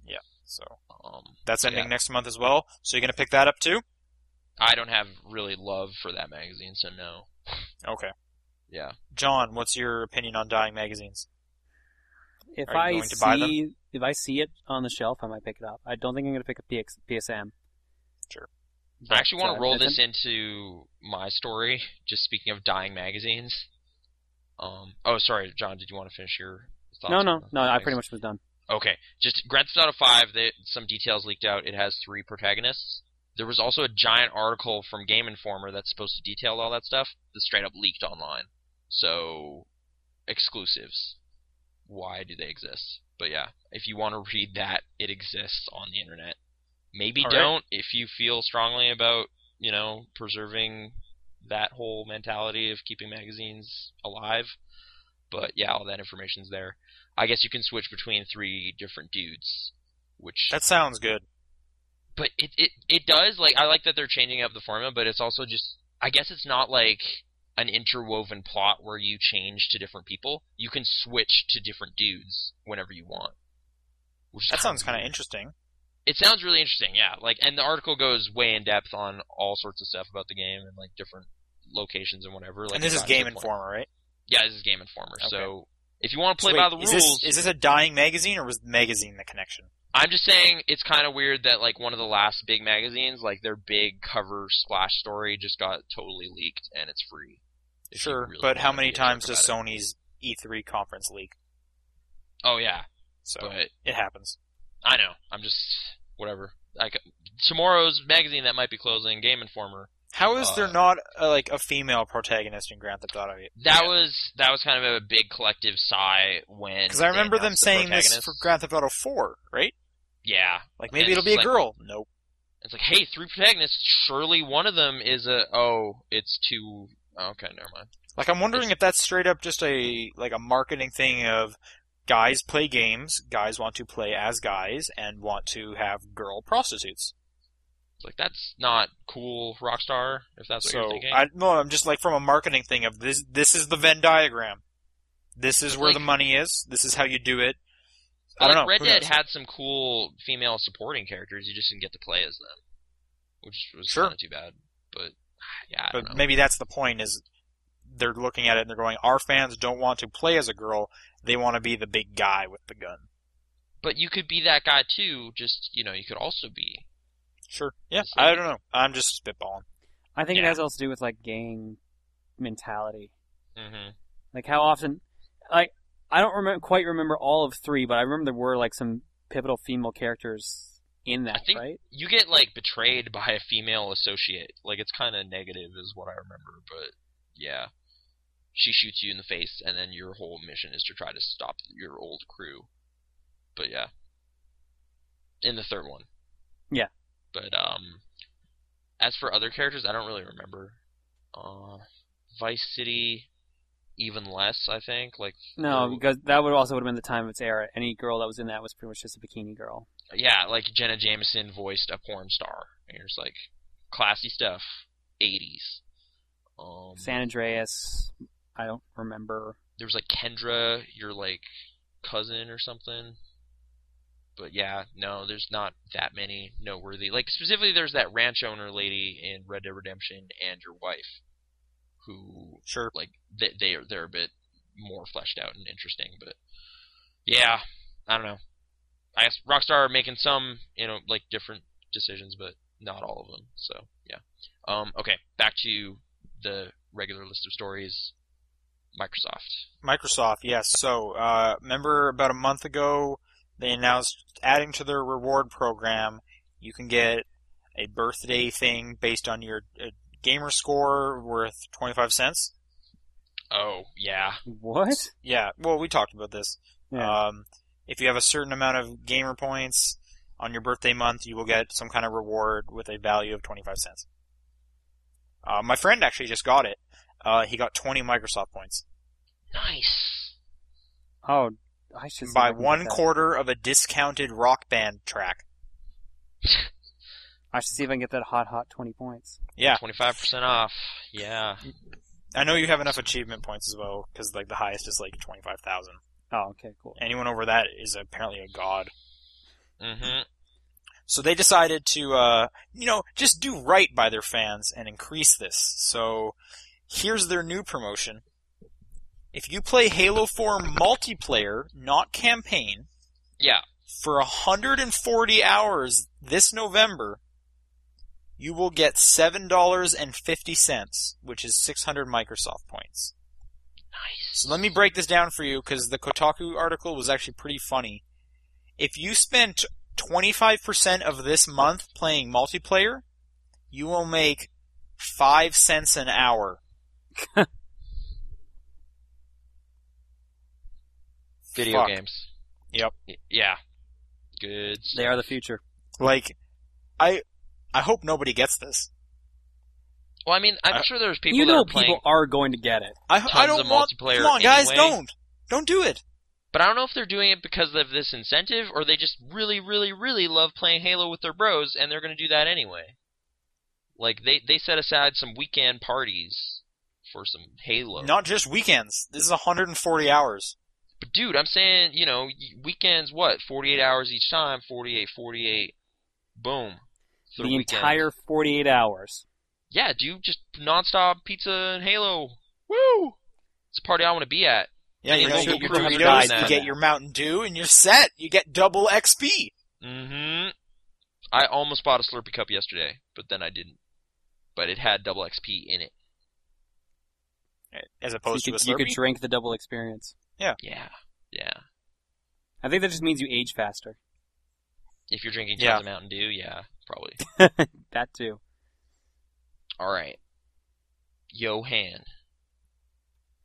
So
Um,
that's ending
Yeah.
next month as well. So you're gonna pick that up too?
I don't have really love for that magazine, so no.
Okay.
Yeah,
John, what's your opinion on dying magazines?
If
Are you
I
going to buy them?
see if I see it on the shelf, I might pick it up. I don't think I'm going to pick a PX, PSM.
Sure.
I actually want to roll this
in.
into my story. Just speaking of dying magazines. Um. Oh, sorry, John. Did you want to finish your? thoughts
No,
on
no,
the
no. I
magazine?
pretty much was done.
Okay, just Grand Theft Auto Five. They, some details leaked out. It has three protagonists. There was also a giant article from Game Informer that's supposed to detail all that stuff. That straight up leaked online. So, exclusives. Why do they exist? But yeah, if you want to read that, it exists on the internet. Maybe
All right.
don't if you feel strongly about you know preserving that whole mentality of keeping magazines alive. But yeah, all that information's there. I guess you can switch between three different dudes, which
That sounds good.
but it it it does like I like that they're changing up the formula, but it's also just I guess it's not like an interwoven plot where you change to different people. You can switch to different dudes whenever you want. Which is
That sounds kind
kinda
of
weird.
interesting.
It sounds really interesting, yeah. Like, and the article goes way in depth on all sorts of stuff about the game and like different locations and whatever. Like,
and this
it
is
got to the
Game
point-
Informer, right?
Yeah, this is Game Informer.
Okay.
So if you want to
So
play
wait,
by the
is
rules,
this, is this a dying magazine or was magazine the connection?
I'm just saying it's kind of weird that like one of the last big magazines, like their big cover splash story, just got totally leaked and it's free. If you
Sure,
really
but how
wanna
many
be a jerk
times does
about
Sony's E3 conference leak?
it. Oh yeah,
So
but
it happens.
I know. I'm just whatever. Like tomorrow's magazine that might be closing, Game Informer.
How is there
Uh,
not uh, like a female protagonist in Grand Theft Auto?
That was that was kind of a big collective sigh when
Because I
they
remember them
announced the
saying this
protagonists.
for Grand Theft Auto 4, right?
Yeah,
Like
And
maybe it'll
it's
be a
like-
girl. Nope.
it's like hey, three protagonists. Surely one of them is a oh, it's two. Okay, never mind.
Like I'm wondering if that's straight up just a like a marketing thing of guys play games, guys want to play as guys and want to have girl prostitutes.
It's like that's not cool, Rockstar. If that's what you're
so
thinking.
I no, I'm just like from a marketing thing of this. This is the Venn diagram. This is
But,
where the
like-
money is. This is how you do it.
But,
I
like,
don't know.
Red
Who
Dead
knows?
had some cool female supporting characters. You just didn't get to play as them, which was
Sure.
kind of too bad. But [SIGHS] yeah, I
but
don't know.
maybe that's the point is they're looking at it and they're going, our fans don't want to play as a girl. They want to be the big guy with the gun.
but you could be that guy too. Just you know, you could also be.
Sure. Yeah.
Just like-
I don't know. I'm just spitballing.
I think it
Yeah.
has also to do with like gang mentality.
Mm-hmm.
Like how often, like I don't remember quite remember all of three, but I remember there were like some pivotal female characters in that,
I think-
right?
You get like betrayed by a female associate. Like it's kind of negative, is what I remember. But yeah, she shoots you in the face, and then your whole mission is to try to stop your old crew. But yeah, in the third one.
Yeah.
But um, as for other characters, I don't really remember. Uh, Vice City, even less. I think like
No,
Or-
because that would also would have been the time of its era. Any girl that was in that was pretty much just a bikini girl.
yeah, like Jenna Jameson voiced a porn star. And you're just like, classy stuff, 80s. Um,
San Andreas, I don't remember.
there was like Kendra, your like cousin or something. But yeah, no, there's not that many noteworthy. Like specifically, there's that ranch owner lady in Red Dead Redemption and your wife, who
Sure.
like they they are they're a bit more fleshed out and interesting. But yeah, I don't know. I guess Rockstar are making some you know like different decisions, but not all of them. So yeah. Um. Okay, back to the regular list of stories. Microsoft.
Microsoft, yes. So, uh, remember about a month ago, they announced adding to their reward program, you can get a birthday thing based on your uh, gamer score worth 25 cents.
Oh yeah.
What?
Yeah, well, we talked about this.
Yeah.
Um, if you have a certain amount of gamer points on your birthday month, you will get some kind of reward with a value of 25 cents. Uh, my friend actually just got it. Uh, he got 20 Microsoft points.
Nice.
oh, I should
by
see if I can get
one
that.
quarter of a discounted rock band track.
I should see if I can get that hot, hot 20 points.
Yeah,
25% off. Yeah.
I know you have enough achievement points as well because like the highest is like twenty five thousand.
Oh, okay, cool.
Anyone over that is apparently a god.
Mm-hmm.
So they decided to, uh, you know, just do right by their fans and increase this. So here's their new promotion. If you play Halo 4 multiplayer, not campaign,
Yeah.
for 140 hours this November, you will get $7.50, which is 600 Microsoft points.
Nice.
So let me break this down for you because the Kotaku article was actually pretty funny. If you spend 25% of this month playing multiplayer, you will make 5 cents an hour.
[LAUGHS] Video
Fuck.
games.
Yep.
Y- yeah. Good. stuff.
They are the future.
Like I I hope nobody gets this.
Well, I mean, I'm
I-
sure there's people
you
that
know
are playing,
people are going to get it.
I
Tons
I don't
of
want
multiplayer
Come on guys,
anyway.
don't. Don't do it.
but I don't know if they're doing it because of this incentive or they just really, really, really love playing Halo with their bros, and they're going to do that anyway. Like they they set aside some weekend parties for some Halo.
Not just weekends. This is 140 hours.
But dude, I'm saying, you know, y- weekends what? 48 hours each time, 48 48. Boom.
The
Through weekends.
entire 48 hours.
Yeah, dude, just nonstop pizza and Halo. Woo! It's a party I want to be at.
Yeah,
And you're
you know,
gonna get
you get
your
your
$100
burritos, you
now.
get your Mountain Dew, and you're set. You get double XP.
Mhm. I almost bought a Slurpee cup yesterday, but then I didn't. But it had double XP in it.
As
So
opposed
you,
to a
could, you could
Slurpee?
drink the double experience.
Yeah. Yeah.
I think that just means you age faster.
If you're drinking tons
Yeah.
of Mountain Dew, yeah, probably.
That too.
[LAUGHS] All right. Johan.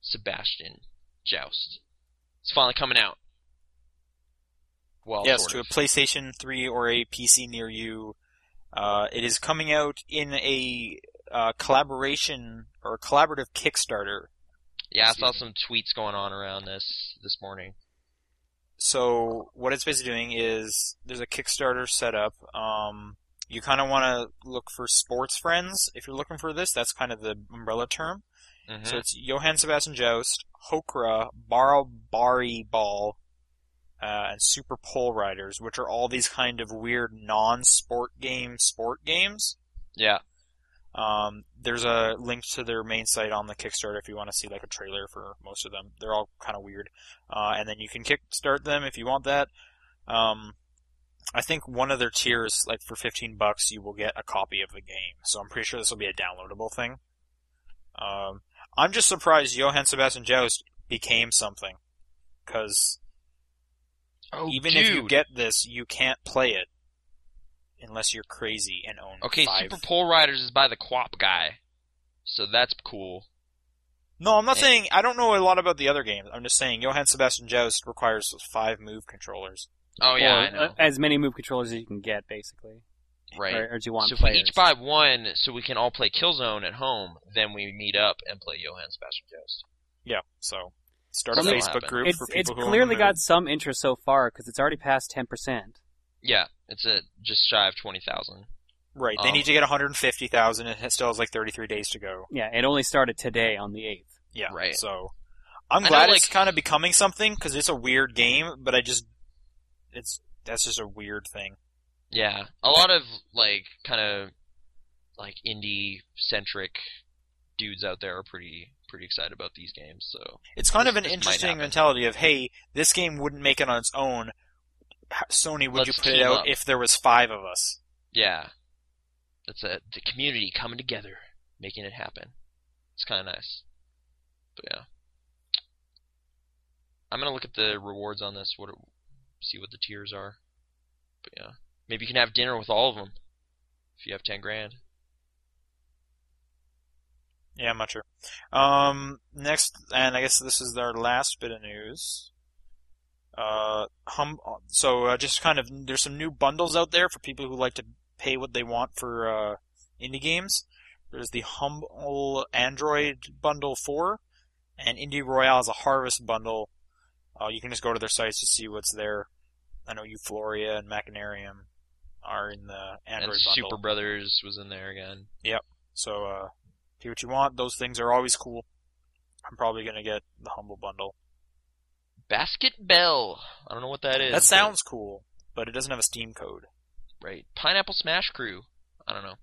Sebastian. Joust. It's finally coming out. Well,
yes,
sort
to
of.
a PlayStation 3 or a PC near you. Uh, it is coming out in a uh, collaboration or collaborative Kickstarter.
yeah, I saw
Excuse
some tweets going on around this this morning.
So what it's basically doing is there's a Kickstarter set up. Um, you kind of want to look for sports friends if you're looking for this. That's kind of the umbrella term.
Mhm.
So it's Johann Sebastian Joust, Hokra, Barabari Ball, uh, and Super Pole Riders, which are all these kind of weird non-sport game sport games.
yeah.
Um, there's a link to their main site on the Kickstarter if you want to see like a trailer for most of them. They're all kind of weird, uh, and then you can kickstart them if you want that. Um, I think one of their tiers, like for 15 bucks, you will get a copy of the game. So I'm pretty sure this will be a downloadable thing. Um, I'm just surprised Johann Sebastian Joust became something, because
Oh,
even
dude.
if you get this, you can't play it unless you're crazy and own
okay,
five
Super Pole Riders is by the Quap guy, so that's cool.
No, I'm not
Eh.
saying I don't know a lot about the other games. I'm just saying Johann Sebastian Joust requires five move controllers.
Oh yeah, I
Or,
know.
uh, As many move controllers as you can get, basically.
right.
Or, or do you want
so if we
players?
each buy one, so we can all play Killzone at home. Then we meet up and play Johann Sebastian Jost.
Yeah, so start a
Something will
Facebook
happen.
group
it's
for people
it's
who are on
clearly
the
got
move.
some interest so far because it's already past 10%.
Yeah, it's a just shy of twenty thousand.
right. They
um,
need to get 150,000. and It still has like 33 days to go.
Yeah, it only started today on the 8th.
Yeah,
Right.
So I'm
I know,
glad it's
like-
kind of becoming something because it's a weird game, but I just it's that's just a weird thing.
Yeah, a lot of like kind of like indie centric dudes out there are pretty pretty excited about these games. So
It's kind
This-
of an
this might
interesting
happen.
mentality of hey, this game wouldn't make it on its own. H- Sony, would
Let's
you put it
team
out
up.
if there was five of us?
yeah, that's a the community coming together, making it happen. It's kind of nice. But yeah, I'm gonna look at the rewards on this. What are, see what the tiers are. But yeah, maybe you can have dinner with all of them if you have ten grand.
Yeah, I'm not sure. Um, next, and I guess this is our last bit of news. Uh, hum, so uh, just kind of, there's some new bundles out there for people who like to pay what they want for uh, indie games. There's the Humble Android Bundle 4, and Indie Royale is a Harvest Bundle. Uh, you can just go to their sites to see what's there. I know Euphoria and Machinarium are in the
and
Android bundle.
Super Brothers was in there again.
So uh, do what you want. Those things are always cool. I'm probably gonna get the humble bundle.
Basket Bell. I don't know what that is.
that
but-
sounds cool, but it doesn't have a Steam code.
right. Pineapple Smash Crew. I don't know.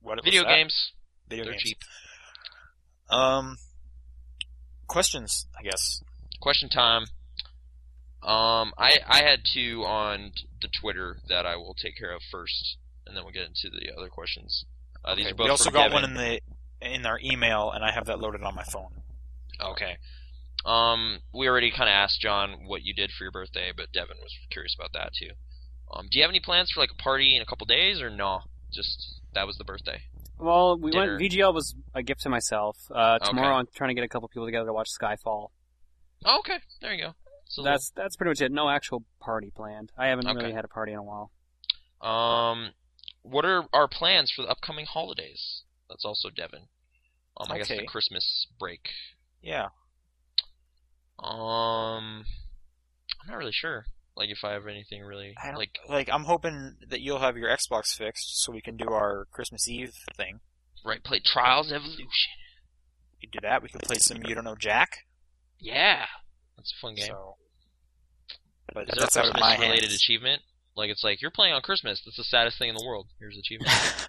What was
Video
that?
games.
Video
They're
games.
cheap.
Um, questions, I guess.
Question time. Um, I I had two on the Twitter that I will take care of first, and then we'll get into the other questions. Uh, These
Okay,
are both
we also
from
got
Devin.
one in the in our email, and I have that loaded on my phone.
Okay. Um, we already kind of asked John what you did for your birthday, but Devin was curious about that too. Um, do you have any plans for like a party in a couple days or no? Just that was the birthday.
Well, we
Dinner.
went. VGL was a gift to myself. Uh, tomorrow,
Okay.
I'm trying to get a couple people together to watch Skyfall.
Oh, okay, there you go. So
That's that's pretty much it. No actual party planned. I haven't
Okay.
really had a party in a while.
um, what are our plans for the upcoming holidays? That's also Devin. Um, I guess the
Okay.
Christmas break.
Yeah,
Um, I'm not really sure. Like if I have anything really
I don't-
like
like I'm hoping that you'll have your Xbox fixed so we can do our Christmas Eve thing.
right play Trials Evolution.
We do that. We can play some You Don't Know Jack.
Yeah, that's a fun game.
So, but
Is there
that's
a
out of my
Christmas related
hands.
achievement? Like it's like you're playing on Christmas. That's the saddest thing in the world. Here's the
[LAUGHS]
achievement.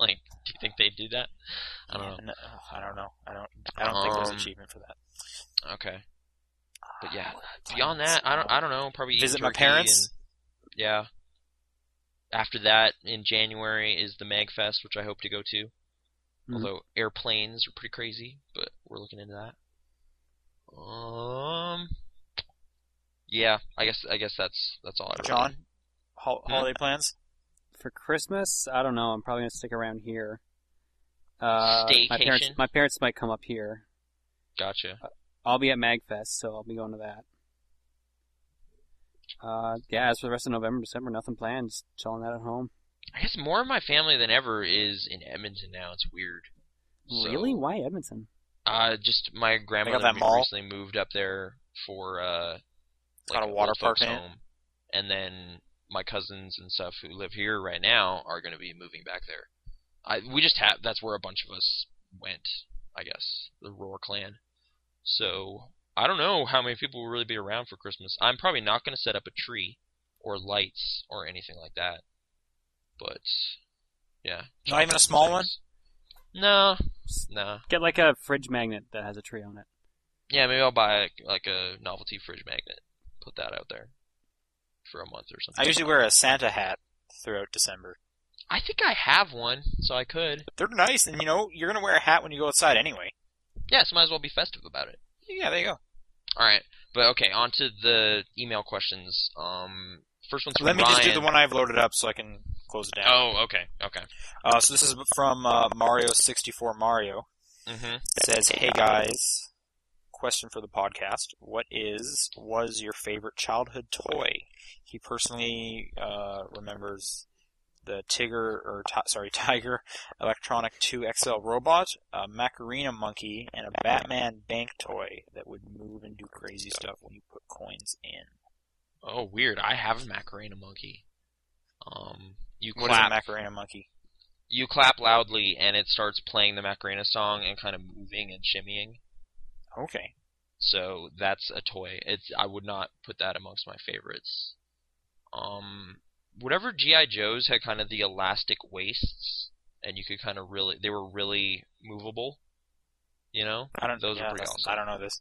like, do you think they'd do that? I don't know.
No, I don't know. I don't. I don't think there's an
Um,
achievement for that.
Okay. But yeah, Beyond that, I don't. I don't know. Probably E eat
Visit my
turkey
parents.
and- yeah. After that, in January is the Magfest, which I hope to go to.
Hmm.
Mhm.
Although airplanes are pretty crazy, but we're looking into that. Um. Yeah, I guess. I guess that's that's all. I really-
John, hol-
Hmm?
holiday plans.
For Christmas, I don't know. I'm probably gonna stick around here. Uh, my parents,
Staycation?
my parents might come up here.
Gotcha.
I'll be at Magfest, so I'll be going to that. Uh, yeah. As for the rest of November, December, nothing planned. Just chilling out at home.
I guess more of my family than ever is in Edmonton now. It's weird. So,
Really? Why Edmonton?
Uh, just my grandmother
that mall?
recently moved up there for uh,
Got a water
old folks'
park in it?
home, and then my cousins and stuff who live here right now are going to be moving back there. I we just have that's where a bunch of us went, I guess, the Roar clan. So I don't know how many people will really be around for Christmas. I'm probably not going to set up a tree or lights or anything like that. But yeah,
Not even a small one.
No, no.
Get like a fridge magnet that has a tree on it.
Yeah, maybe I'll buy like a novelty fridge magnet. Put that out there for a month or something.
I usually wear a Santa hat throughout December.
I think I have one, so I could.
They're nice, and you know you're gonna wear a hat when you go outside anyway.
Yeah, so might as well be festive about it.
Yeah, there you go.
All right, but okay, on to the email questions. Um, first one's from
Let me just do
Ryan.
the one I've loaded up so I can close it down.
Oh, okay, okay.
Uh, so this is from uh, Mario sixty four Mario.
Mhm.
It says, "Hey guys, question for the podcast: What is was your favorite childhood toy?" He personally uh, remembers the Tiger or ti sorry [LAUGHS] Tiger Electronic Two XL robot, a Macarena monkey, and a Batman bank toy that would move and do crazy stuff when you put coins in.
Oh, weird. I have a Macarena monkey. Um, you
What is a
clap.
Macarena monkey?
you clap loudly, and it starts playing the Macarena song and kind of moving and shimmying.
Okay,
So that's a toy. It's I would not put that amongst my favorites. Um, whatever GI Joes had kind of the elastic waists, and you could kind of really they were really movable. You know,
I don't.
Those are
yeah,
pretty
that's-
awesome.
I don't know this.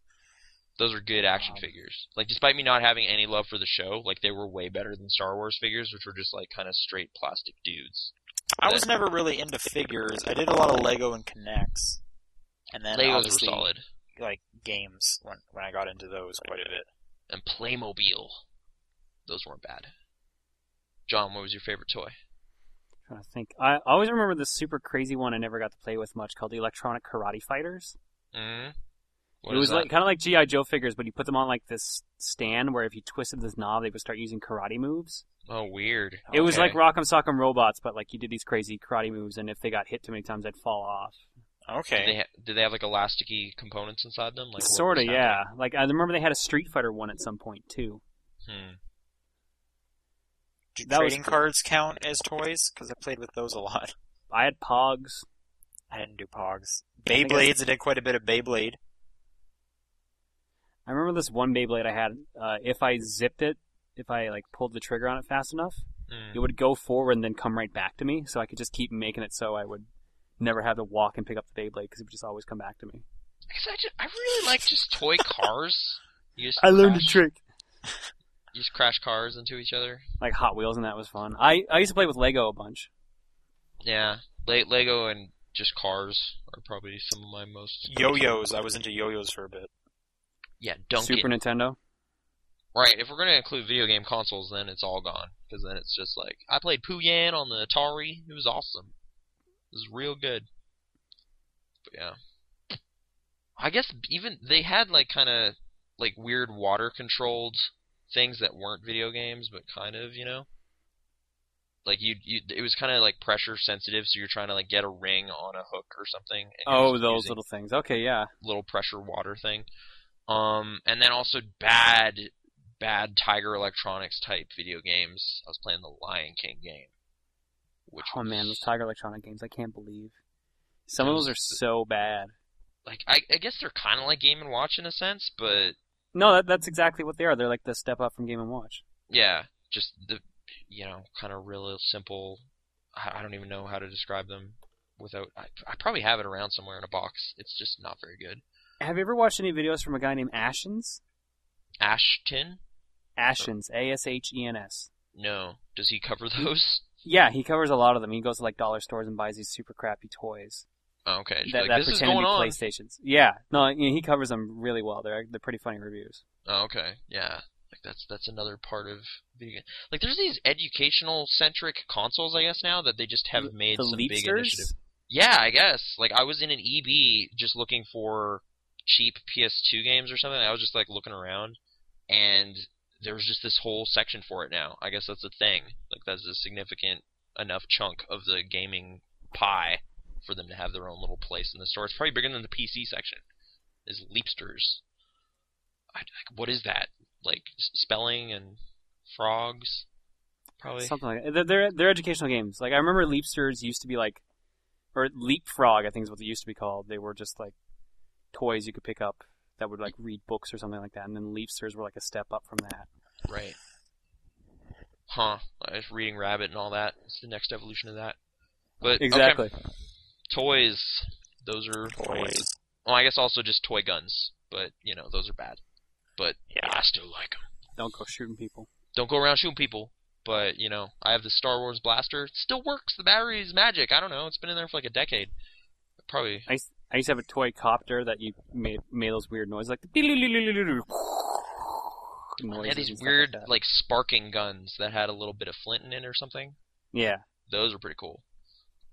those are good action
Um,
figures. Like despite me not having any love for the show, like they were way better than Star Wars figures, which were just like kind of straight plastic dudes.
I was never really into figures. I did a lot of Lego and Connects, and then
Legos
obviously,
were solid,
like games when when I got into those quite a bit.
and Playmobil, those weren't bad. John, what was your favorite toy?
trying to think. I always remember this super crazy one I never got to play with much called the Electronic Karate Fighters.
Mm-hmm.
it was like kind of like GI Joe figures, but you put them on like this stand where if you twisted this knob, they would start using karate moves.
Oh, weird.
It was
Okay.
like Rock'em Sock'em Robots, but like you did these crazy karate moves, and if they got hit too many times, they'd fall off.
Okay.
Did they, ha- did they have like elasticy components inside them? Like what
sort of,
was that?
yeah. Like I remember they had a Street Fighter one at some point too.
Hmm.
Do
That was
trading
cool.
cards count as toys? Because I played with those a lot. [LAUGHS]
I had Pogs.
I didn't do Pogs.
think I-
Beyblades. I did quite a bit of Beyblade.
I remember this one Beyblade I had. Uh, if I zipped it, if I like pulled the trigger on it fast enough,
Hmm. Mm.
it would go forward and then come right back to me. So I could just keep making it so I would never have to walk and pick up the Beyblade because it would just always come back to me.
Because I, just, I really like just toy cars. You
[LAUGHS]
just crash-
trick.
You just crash cars into each other.
Like Hot Wheels, and that was fun. I I used to play with Lego a bunch.
Yeah, Le- Lego and just cars are probably some of my most
Yo-yos. I was into yo-yos for a bit.
Yeah, dunk
Super
it.
Nintendo.
Right, if we're gonna include video game consoles, then it's all gone. Because then it's just like I played Puyan on the Atari. It was awesome. It was real good. But yeah, I guess even they had like kind of like weird water controlled things that weren't video games, but kind of you know. Like you, you it was kind of like pressure sensitive, so you're trying to like get a ring on a hook or something. and you're
Oh,
just
those
using-
little things. Okay, yeah.
little pressure water thing. Um, and then also bad, bad Tiger Electronics type video games. I was playing the Lion King game. Which
Oh
was,
man, those Tiger Electronic games. I can't believe some
It
of those are
was-
so bad.
like I, I guess they're kind of like Game and Watch in a sense, but
No, that, that's exactly what they are. They're like the step up from Game and Watch.
yeah, just the, you know, kind of real simple. I, I don't even know how to describe them without. I, I probably have it around somewhere in a box. It's just not very good.
Have you ever watched any videos from a guy named Ashens?
Ashton?
Ashens, A S H E N S.
No. Does he cover [LAUGHS] those?
Yeah, he covers a lot of them. He goes to like dollar stores and buys these super crappy toys
Oh, okay. She's
that,
like,
that
this is
pretend to
going
be
on.
PlayStations. Yeah, no, you know, he covers them really well. They're they're pretty funny reviews.
Oh, okay. Yeah. Like that's that's another part of video game. Like there's these educational centric consoles, I guess now that they just have made
the
some big
Leapsters.
initiative. Yeah, I guess. Like I was in an EB just looking for cheap PS2 games or something. I was just like looking around, and there was just this whole section for it now. I guess that's a thing. Like that's a significant enough chunk of the gaming pie for them to have their own little place in the store. It's probably bigger than the PC section. Is Leapsters? I, like, what is that? Like s- spelling and frogs? Probably.
Something like that. They're, they're they're educational games. Like I remember Leapsters used to be like, or Leapfrog, I think is what they used to be called. They were just like toys you could pick up that would like read books or something like that. And then Leapsters were like a step up from that.
Right. Huh. I was reading Rabbit and all that. It's the next evolution of that. But okay,
Exactly.
toys. Those are
Toys.
Well, I guess also just toy guns, but you know those are bad. But
Yeah.
I still like them.
Don't go shooting people.
Don't go around shooting people. But you know, I have the Star Wars blaster. It still works. The battery is magic. I don't know. It's been in there for like a decade. Probably.
I used, I used to have a toy copter that you made made those weird noises like.
They
They
had these weird like sparking guns that had a little bit of flint in it or something.
yeah.
those are pretty cool.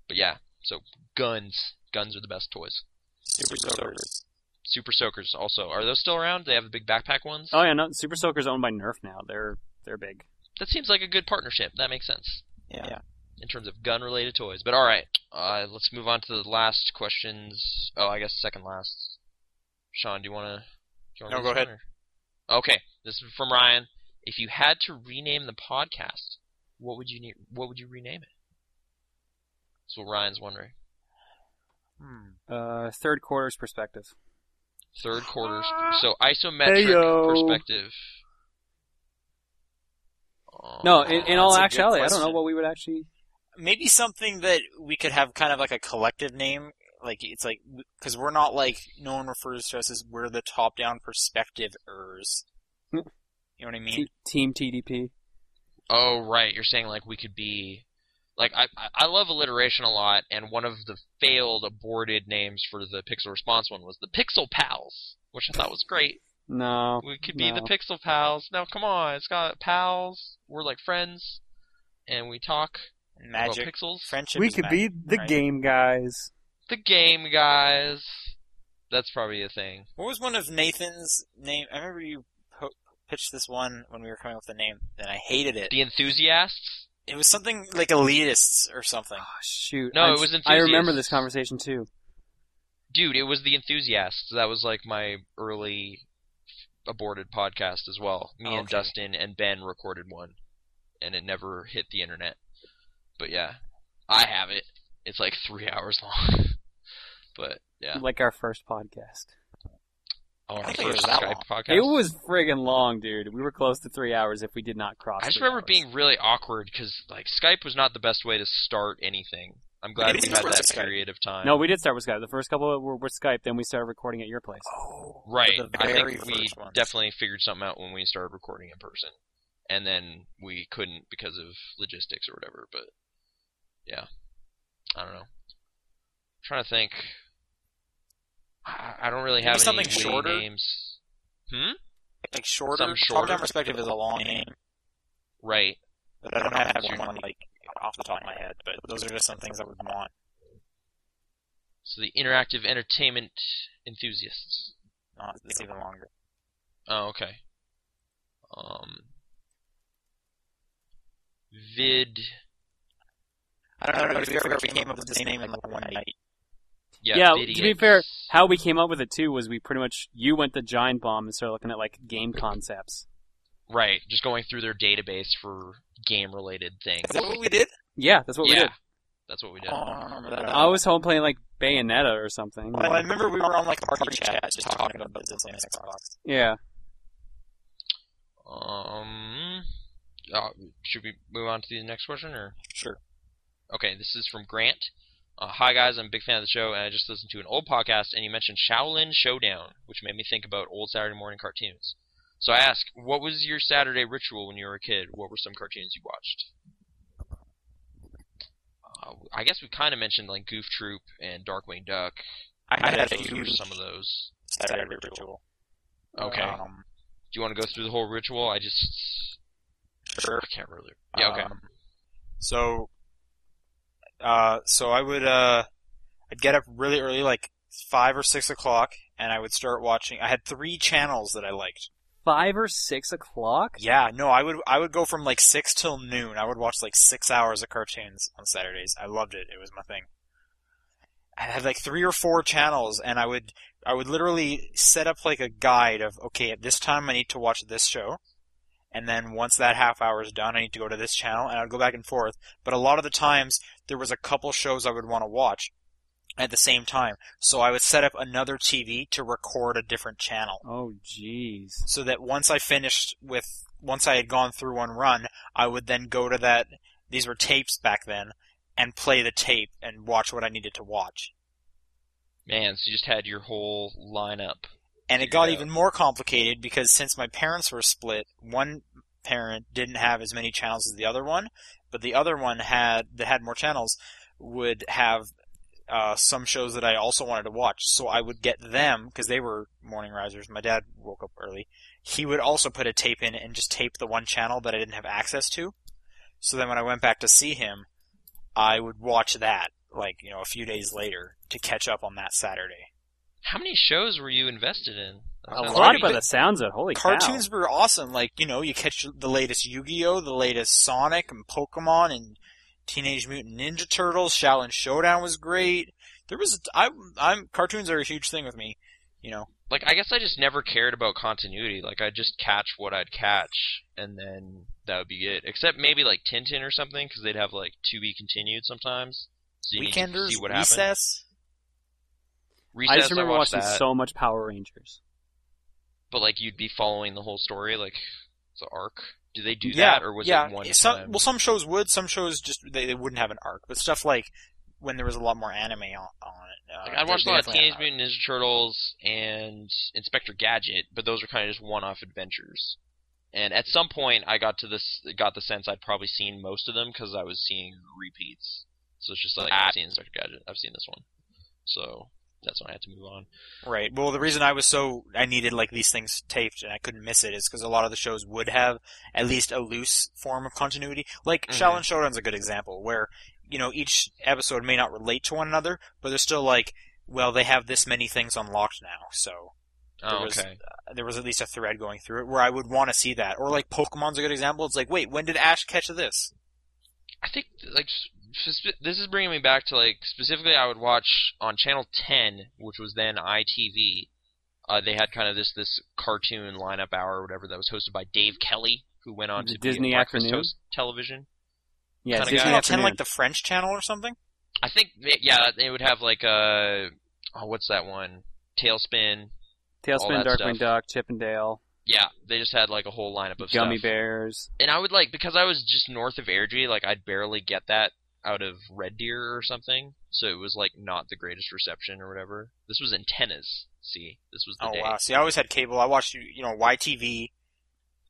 But yeah, so guns, guns are the best toys.
Super Soakers.
Super Soakers also are those still around? They have the big backpack ones.
Oh yeah, no, Super Soaker's owned by Nerf now. They're they're big.
That seems like a good partnership. That makes sense
Yeah. yeah.
in terms of gun-related toys. But all right, uh, let's move on to the last questions. Oh, I guess second last. Sean, do you want to?
No, go ahead.
Okay, this is from Ryan. If you had to rename the podcast, what would you need? What would you rename it? That's what Ryan's wondering.
Hmm.
Uh, third quarter's perspective.
Third
[GASPS]
quarter. sp- So isometric
Heyo.
perspective. Oh,
No, in, in all
that's a good
actuality, I don't know
question.
what we would actually.
Maybe something that we could have kind of like a collective name. Like it's like because we're not like no one refers to us as we're the top-down perspective-ers.
Hmm.
you know what I mean?
T- team TDP.
Oh, right. You're saying like we could be, like I I- I love alliteration a lot, and one of the failed aborted names for the Pixel Response one was the Pixel Pals, which I thought was great.
No.
We could be the
No.
Pixel Pals. Now come on, it's got pals. We're like friends, and we talk
Magic.
about pixels.
Friendship. is magic, right?
game guys.
The game guys. That's probably a thing.
What was one of Nathan's name? I remember you po- pitched this one when we were coming up with the name, and I hated it.
The enthusiasts.
It was something like elitists or something.
Oh shoot.
No,
I'm
it was
s- I remember
enthusiasts.
this conversation too.
dude, it was the enthusiasts. That was like my early aborted podcast as well. Me and
Okay.
Dustin and Ben recorded one, and it never hit the internet. But yeah, I have it. It's like three [LAUGHS] hours long. but yeah,
Like our first podcast.
oh,
think it was that long.
podcast.
It was friggin' long, dude. We were close to three hours if we did not cross.
I just
three
remember
hours.
it being really awkward because like Skype was not the best way to start anything. I'm glad
Maybe
we had
it was
that
Skype.
period of time.
No, we did start with Skype. The first couple were with Skype. Then we started recording at your place.
Oh,
right.
The
I
very
think we
first one.
definitely figured something out when we started recording in person, and then we couldn't because of logistics or whatever. But yeah, I don't know. trying to think. I, I don't really
Maybe
have any
something
witty
shorter?
names. Hmm.
like shorter.
Some shorter.
Top down perspective is a long name,
Right.
but I don't have one like off the top of my head. But those are just some things I would want.
So the interactive entertainment enthusiasts.
Not it's even longer.
Oh, okay. Um, vid.
I don't know if you ever came up with this name in like one night.
Yeah.
Yeah,
vidiots.
to be fair, How we came up with it too was we pretty much you went to Giant Bomb and started looking at like game concepts.
Right. Just going through their database for game-related things.
Is that what we did?
Yeah, that's what
yeah.
we did.
That's what we did.
Oh, I don't remember that. at
I
all.
was home playing like Bayonetta or something.
Well, I remember we were on like party chat just talking about this on Xbox.
Yeah.
Um, uh, should we move on to the next question or?
Sure.
Okay, this is from Grant. Uh, Hi guys, I'm a big fan of the show, and I just listened to an old podcast, and you mentioned Shaolin Showdown, which made me think about old Saturday morning cartoons. So I ask, what was your Saturday ritual when you were a kid? What were some cartoons you watched? Uh, I guess we kind of mentioned like Goof Troop and Darkwing Duck.
I had a
Those were
huge
some of those.
Saturday ritual.
Okay.
Um,
Do you want to go through the whole ritual? I just
sure.
I can't really. Yeah, okay.
Um, so, uh, so I would uh, I'd get up really early, like five or six o'clock, and I would start watching. I had three channels that I liked.
Five or six o'clock?
Yeah, no, I would I would go from like six till noon. I would watch like six hours of cartoons on Saturdays. I loved it. It was my thing. I had like three or four channels, and I would I would literally set up like a guide of okay, at this time I need to watch this show, and then once that half hour is done, I need to go to this channel, and I'd go back and forth. But a lot of the times there was a couple shows I would want to watch at the same time, so I would set up another TV to record a different channel
Oh jeez.
so that once I finished with once I had gone through one run, I would then go to that these were tapes back then and play the tape and watch what I needed to watch.
Man, so you just had your whole lineup.
And
Figure
it
it out.
got even more complicated because since my parents were split, one parent didn't have as many channels as the other one, but the other one had that had more channels would have uh, some shows that I also wanted to watch. So I would get them because they were morning risers. My dad woke up early. He would also put a tape in and just tape the one channel that I didn't have access to. So then when I went back to see him, I would watch that like you know a few days later to catch up on that Saturday.
How many shows were you invested in? That
A
sounds
lot,
pretty
Quite by the sounds of it, holy
cartoons were awesome. Like you know, you catch the latest Yu-Gi-Oh, the latest Sonic and Pokemon and Teenage Mutant Ninja Turtles. Shaolin Showdown was great. There was I, I'm cartoons are a huge thing with me. You know,
like I guess I just never cared about continuity. Like I'd just catch what I'd catch, and then that would be it. Except maybe like Tintin or something, because they'd have like to be continued sometimes. So you need to
Weekenders,
see what happened.
Recess.
cow.
Recess,
I just remember
watched
watching
that,
so much Power Rangers.
but like you'd be following the whole story, like the arc. Do they do
yeah,
that, or was
yeah.
it one
some,
time?
Well, some shows would. Some shows just they, they wouldn't have an arc, but stuff like when there was a lot more anime on, on it. Uh,
Like, I
they-
watched a
they
lot of
definitely had
Teenage
an arc.
Mutant Ninja Turtles and Inspector Gadget, but those were kind of just one-off adventures. And at some point, I got to this, got the sense I'd probably seen most of them because I was seeing repeats. So it's just like I've seen Inspector Gadget, I've seen this one, so that's when I had to move on.
Right. Well, the reason I was so I needed like these things taped and I couldn't miss it is because a lot of the shows would have at least a loose form of continuity. Like
Mhm.
Shaolin Showdown's a good example where you know each episode may not relate to one another, but they're still like, well, they have this many things unlocked now, so
Oh,
There was-
okay.
uh, there was at least a thread going through it where I would want to see that. Or like Pokemon's a good example. It's like, wait, when did Ash catch this?
I think like spe- this is bringing me back to like specifically I would watch on channel 10, which was then ITV. Uh, they had kind of this this cartoon lineup hour or whatever that was hosted by Dave Kelly, who went on
The
to
Disney
be a Breakfast
afternoon?
Host television.
Yeah,
Kinda
Disney
guy.
Channel 10
Afternoon.
like the French channel or something?
I think yeah, they would have like uh oh what's that one? Tailspin. all
Tailspin,
that
Darkwing
stuff.
Duck, Chip and Dale,
Yeah, they just had like a whole lineup of
Gummy
stuff.
Bears.
And I would like because I was just north of Airdrie, like I'd barely get that out of Red Deer or something. So it was like not the greatest reception or whatever. This was antennas. See, this was the
Oh
day.
wow! See, I always had cable. I watched you know YTV,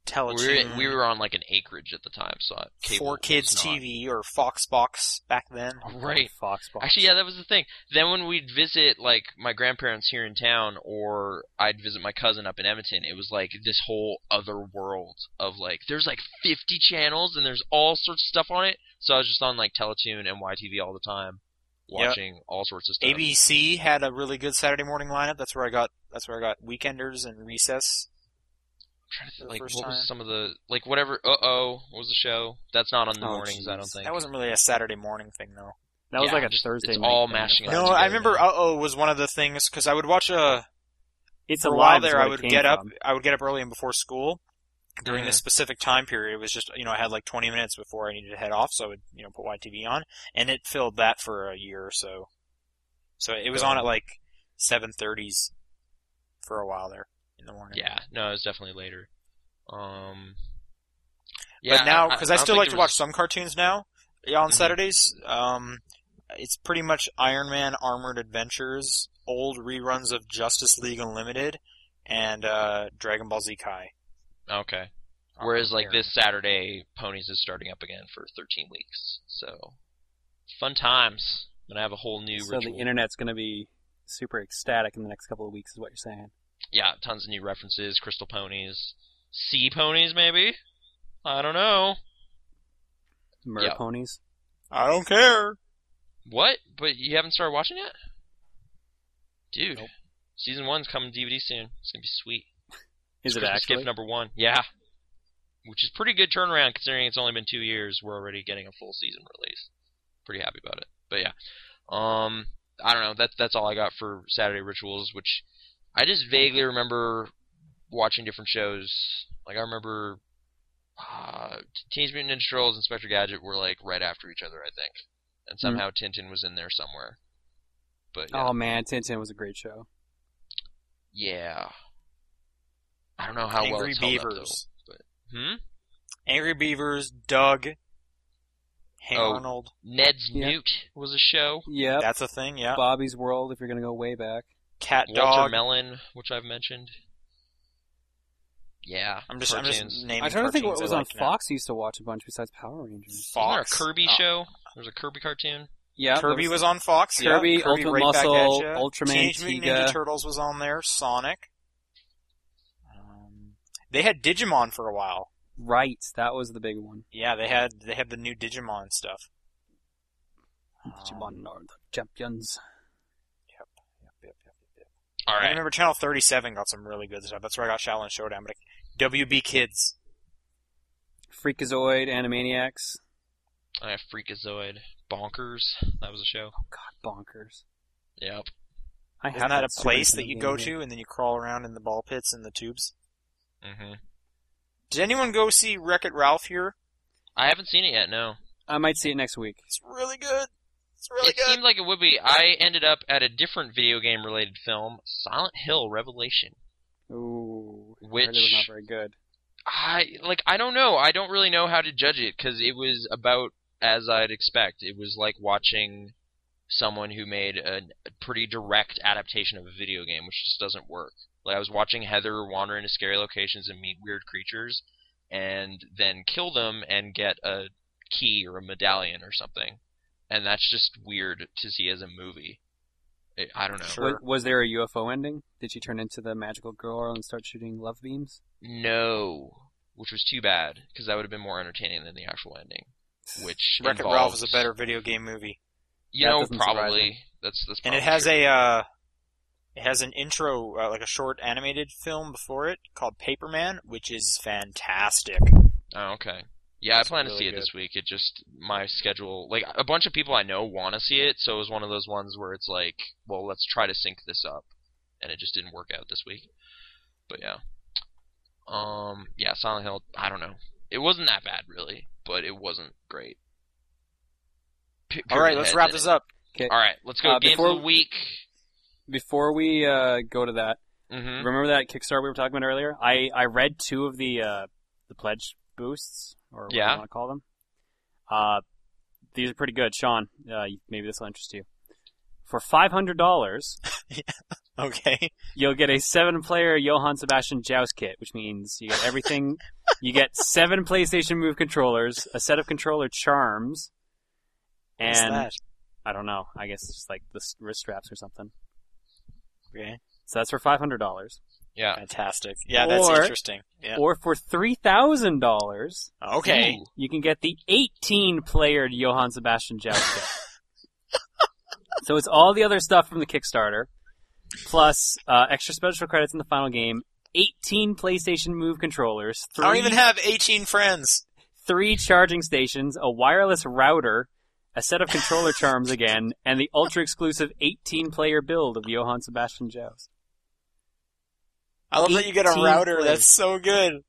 We
Teletoon,
were, we were on like an acreage at the time, so I- cable
Four
was
Kids
not-
TV or Fox Box back then.
[LAUGHS] Right.
Fox Box.
Actually, yeah, that was the thing. Then when we'd visit like my grandparents here in town, or I'd visit my cousin up in Edmonton, it was like this whole other world of like there's like 50 channels and there's all sorts of stuff on it. So I was just on like Teletoon and YTV all the time,
Yep.
watching all sorts of stuff.
ABC had a really good Saturday morning lineup. That's where I got. That's where I got Weekenders and Recess.
I'm trying to
for
think,
the
like what
first time.
was some of the like whatever. Uh oh, was the show that's not on the
Oh,
mornings. I don't
jeez.
think.
That wasn't really a Saturday morning thing though.
that was
yeah,
like a
just-
Thursday.
it's
night
all
thing or
mashing up.
something.
No, I remember. Uh oh, was one of the things because I would watch a.
It's
for
a
a while
live is
there,
what
I
it
would
came
get up.
from.
I would get up early and before school. During
Mhm.
this specific time period, it was just you know I had like 20 minutes before I needed to head off, so I would you know put YTV on, and it filled that for a year or so. So it was on at like 7:30s for a while there in the morning.
Yeah, no, it was definitely later. Um.
but now
I-
because I,
don't
still
think
like
there
to
was-
watch some cartoons now yeah, on
Mhm.
Saturdays. Um, it's pretty much Iron Man, Armored Adventures, old reruns of Justice League Unlimited, and uh, Dragon Ball Z Kai.
Okay. Whereas like this Saturday, Ponies is starting up again for 13 weeks. So fun times. I'm gonna have a whole new
So
ritual.
the internet's going to be super ecstatic in the next couple of weeks, is what you're saying.
yeah, tons of new references. Crystal ponies, sea ponies, maybe. I don't know
Murder
Yeah.
ponies.
I don't care.
what, but you haven't started watching yet, dude.
Nope.
Season one's coming DVD soon. It's gonna be sweet.
Is it
Christmas
actually?
gift number one? Yeah, which is pretty good turnaround considering it's only been two years. We're already getting a full season release. Pretty happy about it. But yeah, um, I don't know. That's that's all I got for Saturday rituals, which I just vaguely remember watching different shows. Like I remember. Uh, Teenage Mutant Ninja Turtles and Inspector Gadget were like right after each other, I think, and somehow Tintin was in there somewhere. But yeah.
Mm-hmm. Oh man, Tintin was a great show.
yeah, I don't know how well
Angry
it's held up, though.
Beavers.
Hmm?
Angry Beavers. Doug. Hey
Oh.
Arnold.
Ned's
Yeah.
Newt was a show.
Yep.
That's a thing. Yeah.
Bobby's World, if you're going to go way back.
Cat
Walter
Dog.
Mellon, which I've mentioned. Yeah,
I'm just.
cartoons.
I'm just naming.
I'm trying to think what
cartoons
was
I
on
liked now.
Fox used to watch a bunch besides Power Rangers.
Wasn't there
Fox.
a Kirby
Oh.
show? There was a Kirby cartoon.
Yeah,
Kirby
there
was on Fox. yeah.
Kirby,
Kirby
Ultimate
right back
Muscle,
at ya.
Ultraman,
Teenage Mutant
Tiga.
Ninja Turtles was on there. Sonic. Um, they had Digimon for a while.
right. That was the big one.
Yeah, they had they had the new Digimon stuff. Um,
Digimon are the champions.
Yep, yep, yep, yep.
All
I
right,
remember Channel 37 got some really good stuff. That's where I got Shaolin Showdown. But I, WB Kids.
Freakazoid, Animaniacs,
I have Freakazoid, Bonkers. That was a show.
bonkers.
Yep.
I
Isn't
have
that a
Super
place that
Nintendo
you
game
go
here.
to and then you crawl around in the ball pits and the tubes?
hmm
Did anyone go see Wreck It Ralph here?
I haven't seen it yet. No,
I might see it next week.
It's really good. It's really
it
good.
seemed like it would be. I ended up at a different video game related film, Silent Hill Revelation,
Ooh, I
which
heard it was not very good.
I like I don't know. I don't really know how to judge it because it was about as I'd expect. It was like watching someone who made a a pretty direct adaptation of a video game, which just doesn't work. Like I was watching Heather wander into scary locations and meet weird creatures, and then kill them and get a key or a medallion or something, and that's just weird to see as a movie. It, I don't know.
Sure.
Was, was there a UFO ending? Did she turn into the magical girl and start shooting love beams?
No, which was too bad because that would have been more entertaining than the actual ending. Which
Wreck It
involves,
Ralph is a better video game movie.
You
That
know,
doesn't surprise
probably that's that's.
and
Probably
it
Oh,
has
true.
a uh, it has an intro uh, like a short animated film before it called Paperman, which is fantastic.
Oh, okay. Yeah, I
That's
plan to
really
see it
good.
this week. It just my schedule, like a bunch of people I know want to see it, so it was one of those ones where it's like, well, let's try to sync this up, and it just didn't work out this week. But yeah, um, yeah, Silent Hill. I don't know. It wasn't that bad, really, but it wasn't great. P-
All right, let's
Pyramid
wrap
Heads
this
in it.
up.
Okay.
All right, let's go.
Uh,
Games
before-
of the week.
Before we uh, go to that,
hmm
remember that Kickstarter we were talking about earlier? I, I read two of the uh, the pledge boosts, or what
Yeah.
you want to call them. Uh, these are pretty good, Sean. Uh, you- maybe this will interest you. For five hundred dollars,
[LAUGHS] Okay.
you'll get a seven-player Johann Sebastian Joust kit, which means you get everything. you
[LAUGHS]
get seven PlayStation Move controllers, a set of controller charms,
What's
and
that?
I don't know. I guess it's just like the s- wrist straps or something.
Okay.
So that's for five hundred dollars,
Yeah.
Fantastic. Yeah, that's
Or-
interesting. Yeah.
or for three thousand dollars,
Okay.
Ooh.
you can get the 18 player Johann Sebastian Joust
[LAUGHS]
kit. so it's all the other stuff from the Kickstarter, plus uh, extra special credits in the final game, 18 PlayStation Move controllers,
I don't
three,
even have 18 friends.
three charging stations, a wireless router, a set of
[LAUGHS]
controller charms again, and the ultra exclusive 18 player build of Johann Sebastian Joust.
I love that you get a
18
router.
friends.
That's so good.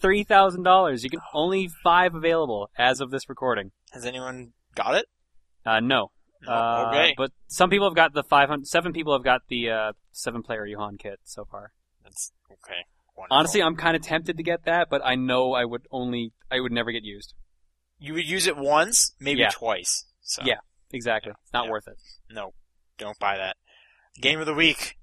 $3,000. You can only five available as of this recording.
Has anyone got it?
Uh, no,
No?
Uh,
Oh, okay.
But some people have got the 500. Seven people have got the uh, seven player Johan kit so far.
That's okay. Wonderful.
Honestly, I'm kind of tempted to get that, but I know I would only. I would never get used.
you would use it once, maybe
Yeah.
twice. So
Yeah. Exactly. It's not
Yeah.
worth it.
no, don't buy that. Game of the week.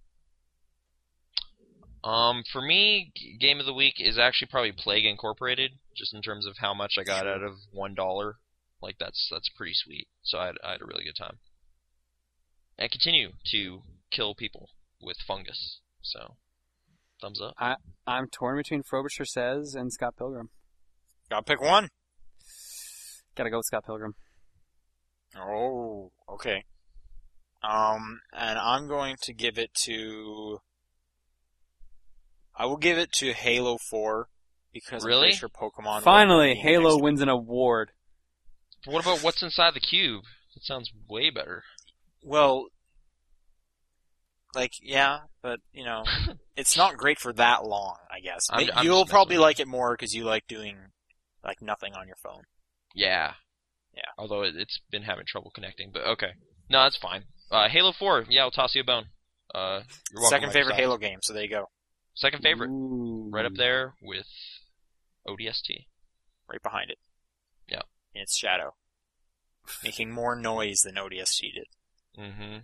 Um, for me, g- game of the week is actually probably Plague Incorporated, just in terms of how much I got out of one dollar. Like that's that's pretty sweet. So I had, I had a really good time. I continue to kill people with fungus. So, thumbs up.
I'm torn between Frobisher Says and Scott Pilgrim.
Gotta pick one.
Gotta go with Scott Pilgrim.
Oh, okay. Um, and I'm going to give it to. I will give it to Halo 4 because
Really?
I'm pretty sure Pokemon. will
Finally,
be
Halo
next.
wins an award.
But what about what's inside the cube? That sounds way better.
Well, like yeah, but
[LAUGHS]
you know, it's not great for that long. I guess
I'm-
May-
I'm
you'll
just messing
probably
with you.
like it more because you like doing like nothing on your phone.
Yeah.
Yeah.
Although it, it's been having trouble connecting, but okay. No, that's fine. Uh, Halo 4. Yeah, I'll toss you a bone. Uh, you're welcome,
Second favorite
Microsoft.
Halo game, so there you go,
Second favorite.
Ooh.
right up there with ODST.
right behind it.
Yeah.
in its shadow, making more noise than ODST did.
Mm-hmm.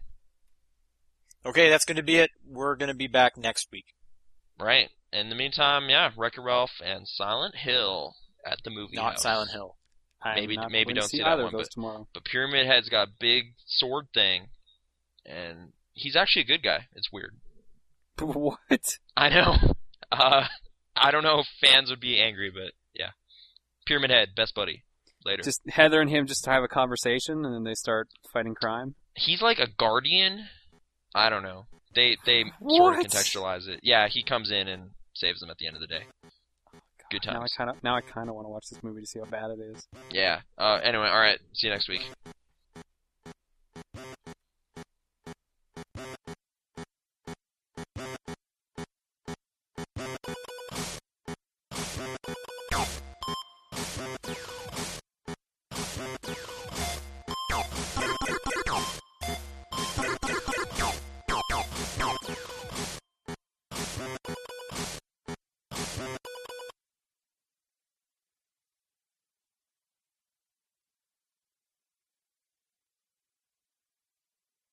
Okay, that's going to be it. We're going to be back next week.
Right. In the meantime, yeah, Wreck-It Ralph and Silent Hill at the movie
Not
house.
Silent Hill.
I'm
Maybe-
not
maybe
going to
don't
see
see that
either of
one,
those
but-
tomorrow. [LAUGHS]
But Pyramid Head's got a big sword thing, and he's actually a good guy. It's weird.
What?
I know. [LAUGHS] Uh, I don't know if fans would be angry, but yeah. Pyramid Head, best buddy. Later.
Just Heather and him just have a conversation, and then they start fighting crime.
he's like a guardian. I don't know. They they sort of
What?
contextualize it. Yeah, he comes in and saves them at the end of the day. Good
Oh, Now I
times.
kind of now I kind of want to watch this movie to see how bad it is.
Yeah. Uh, anyway, all right. See you next week.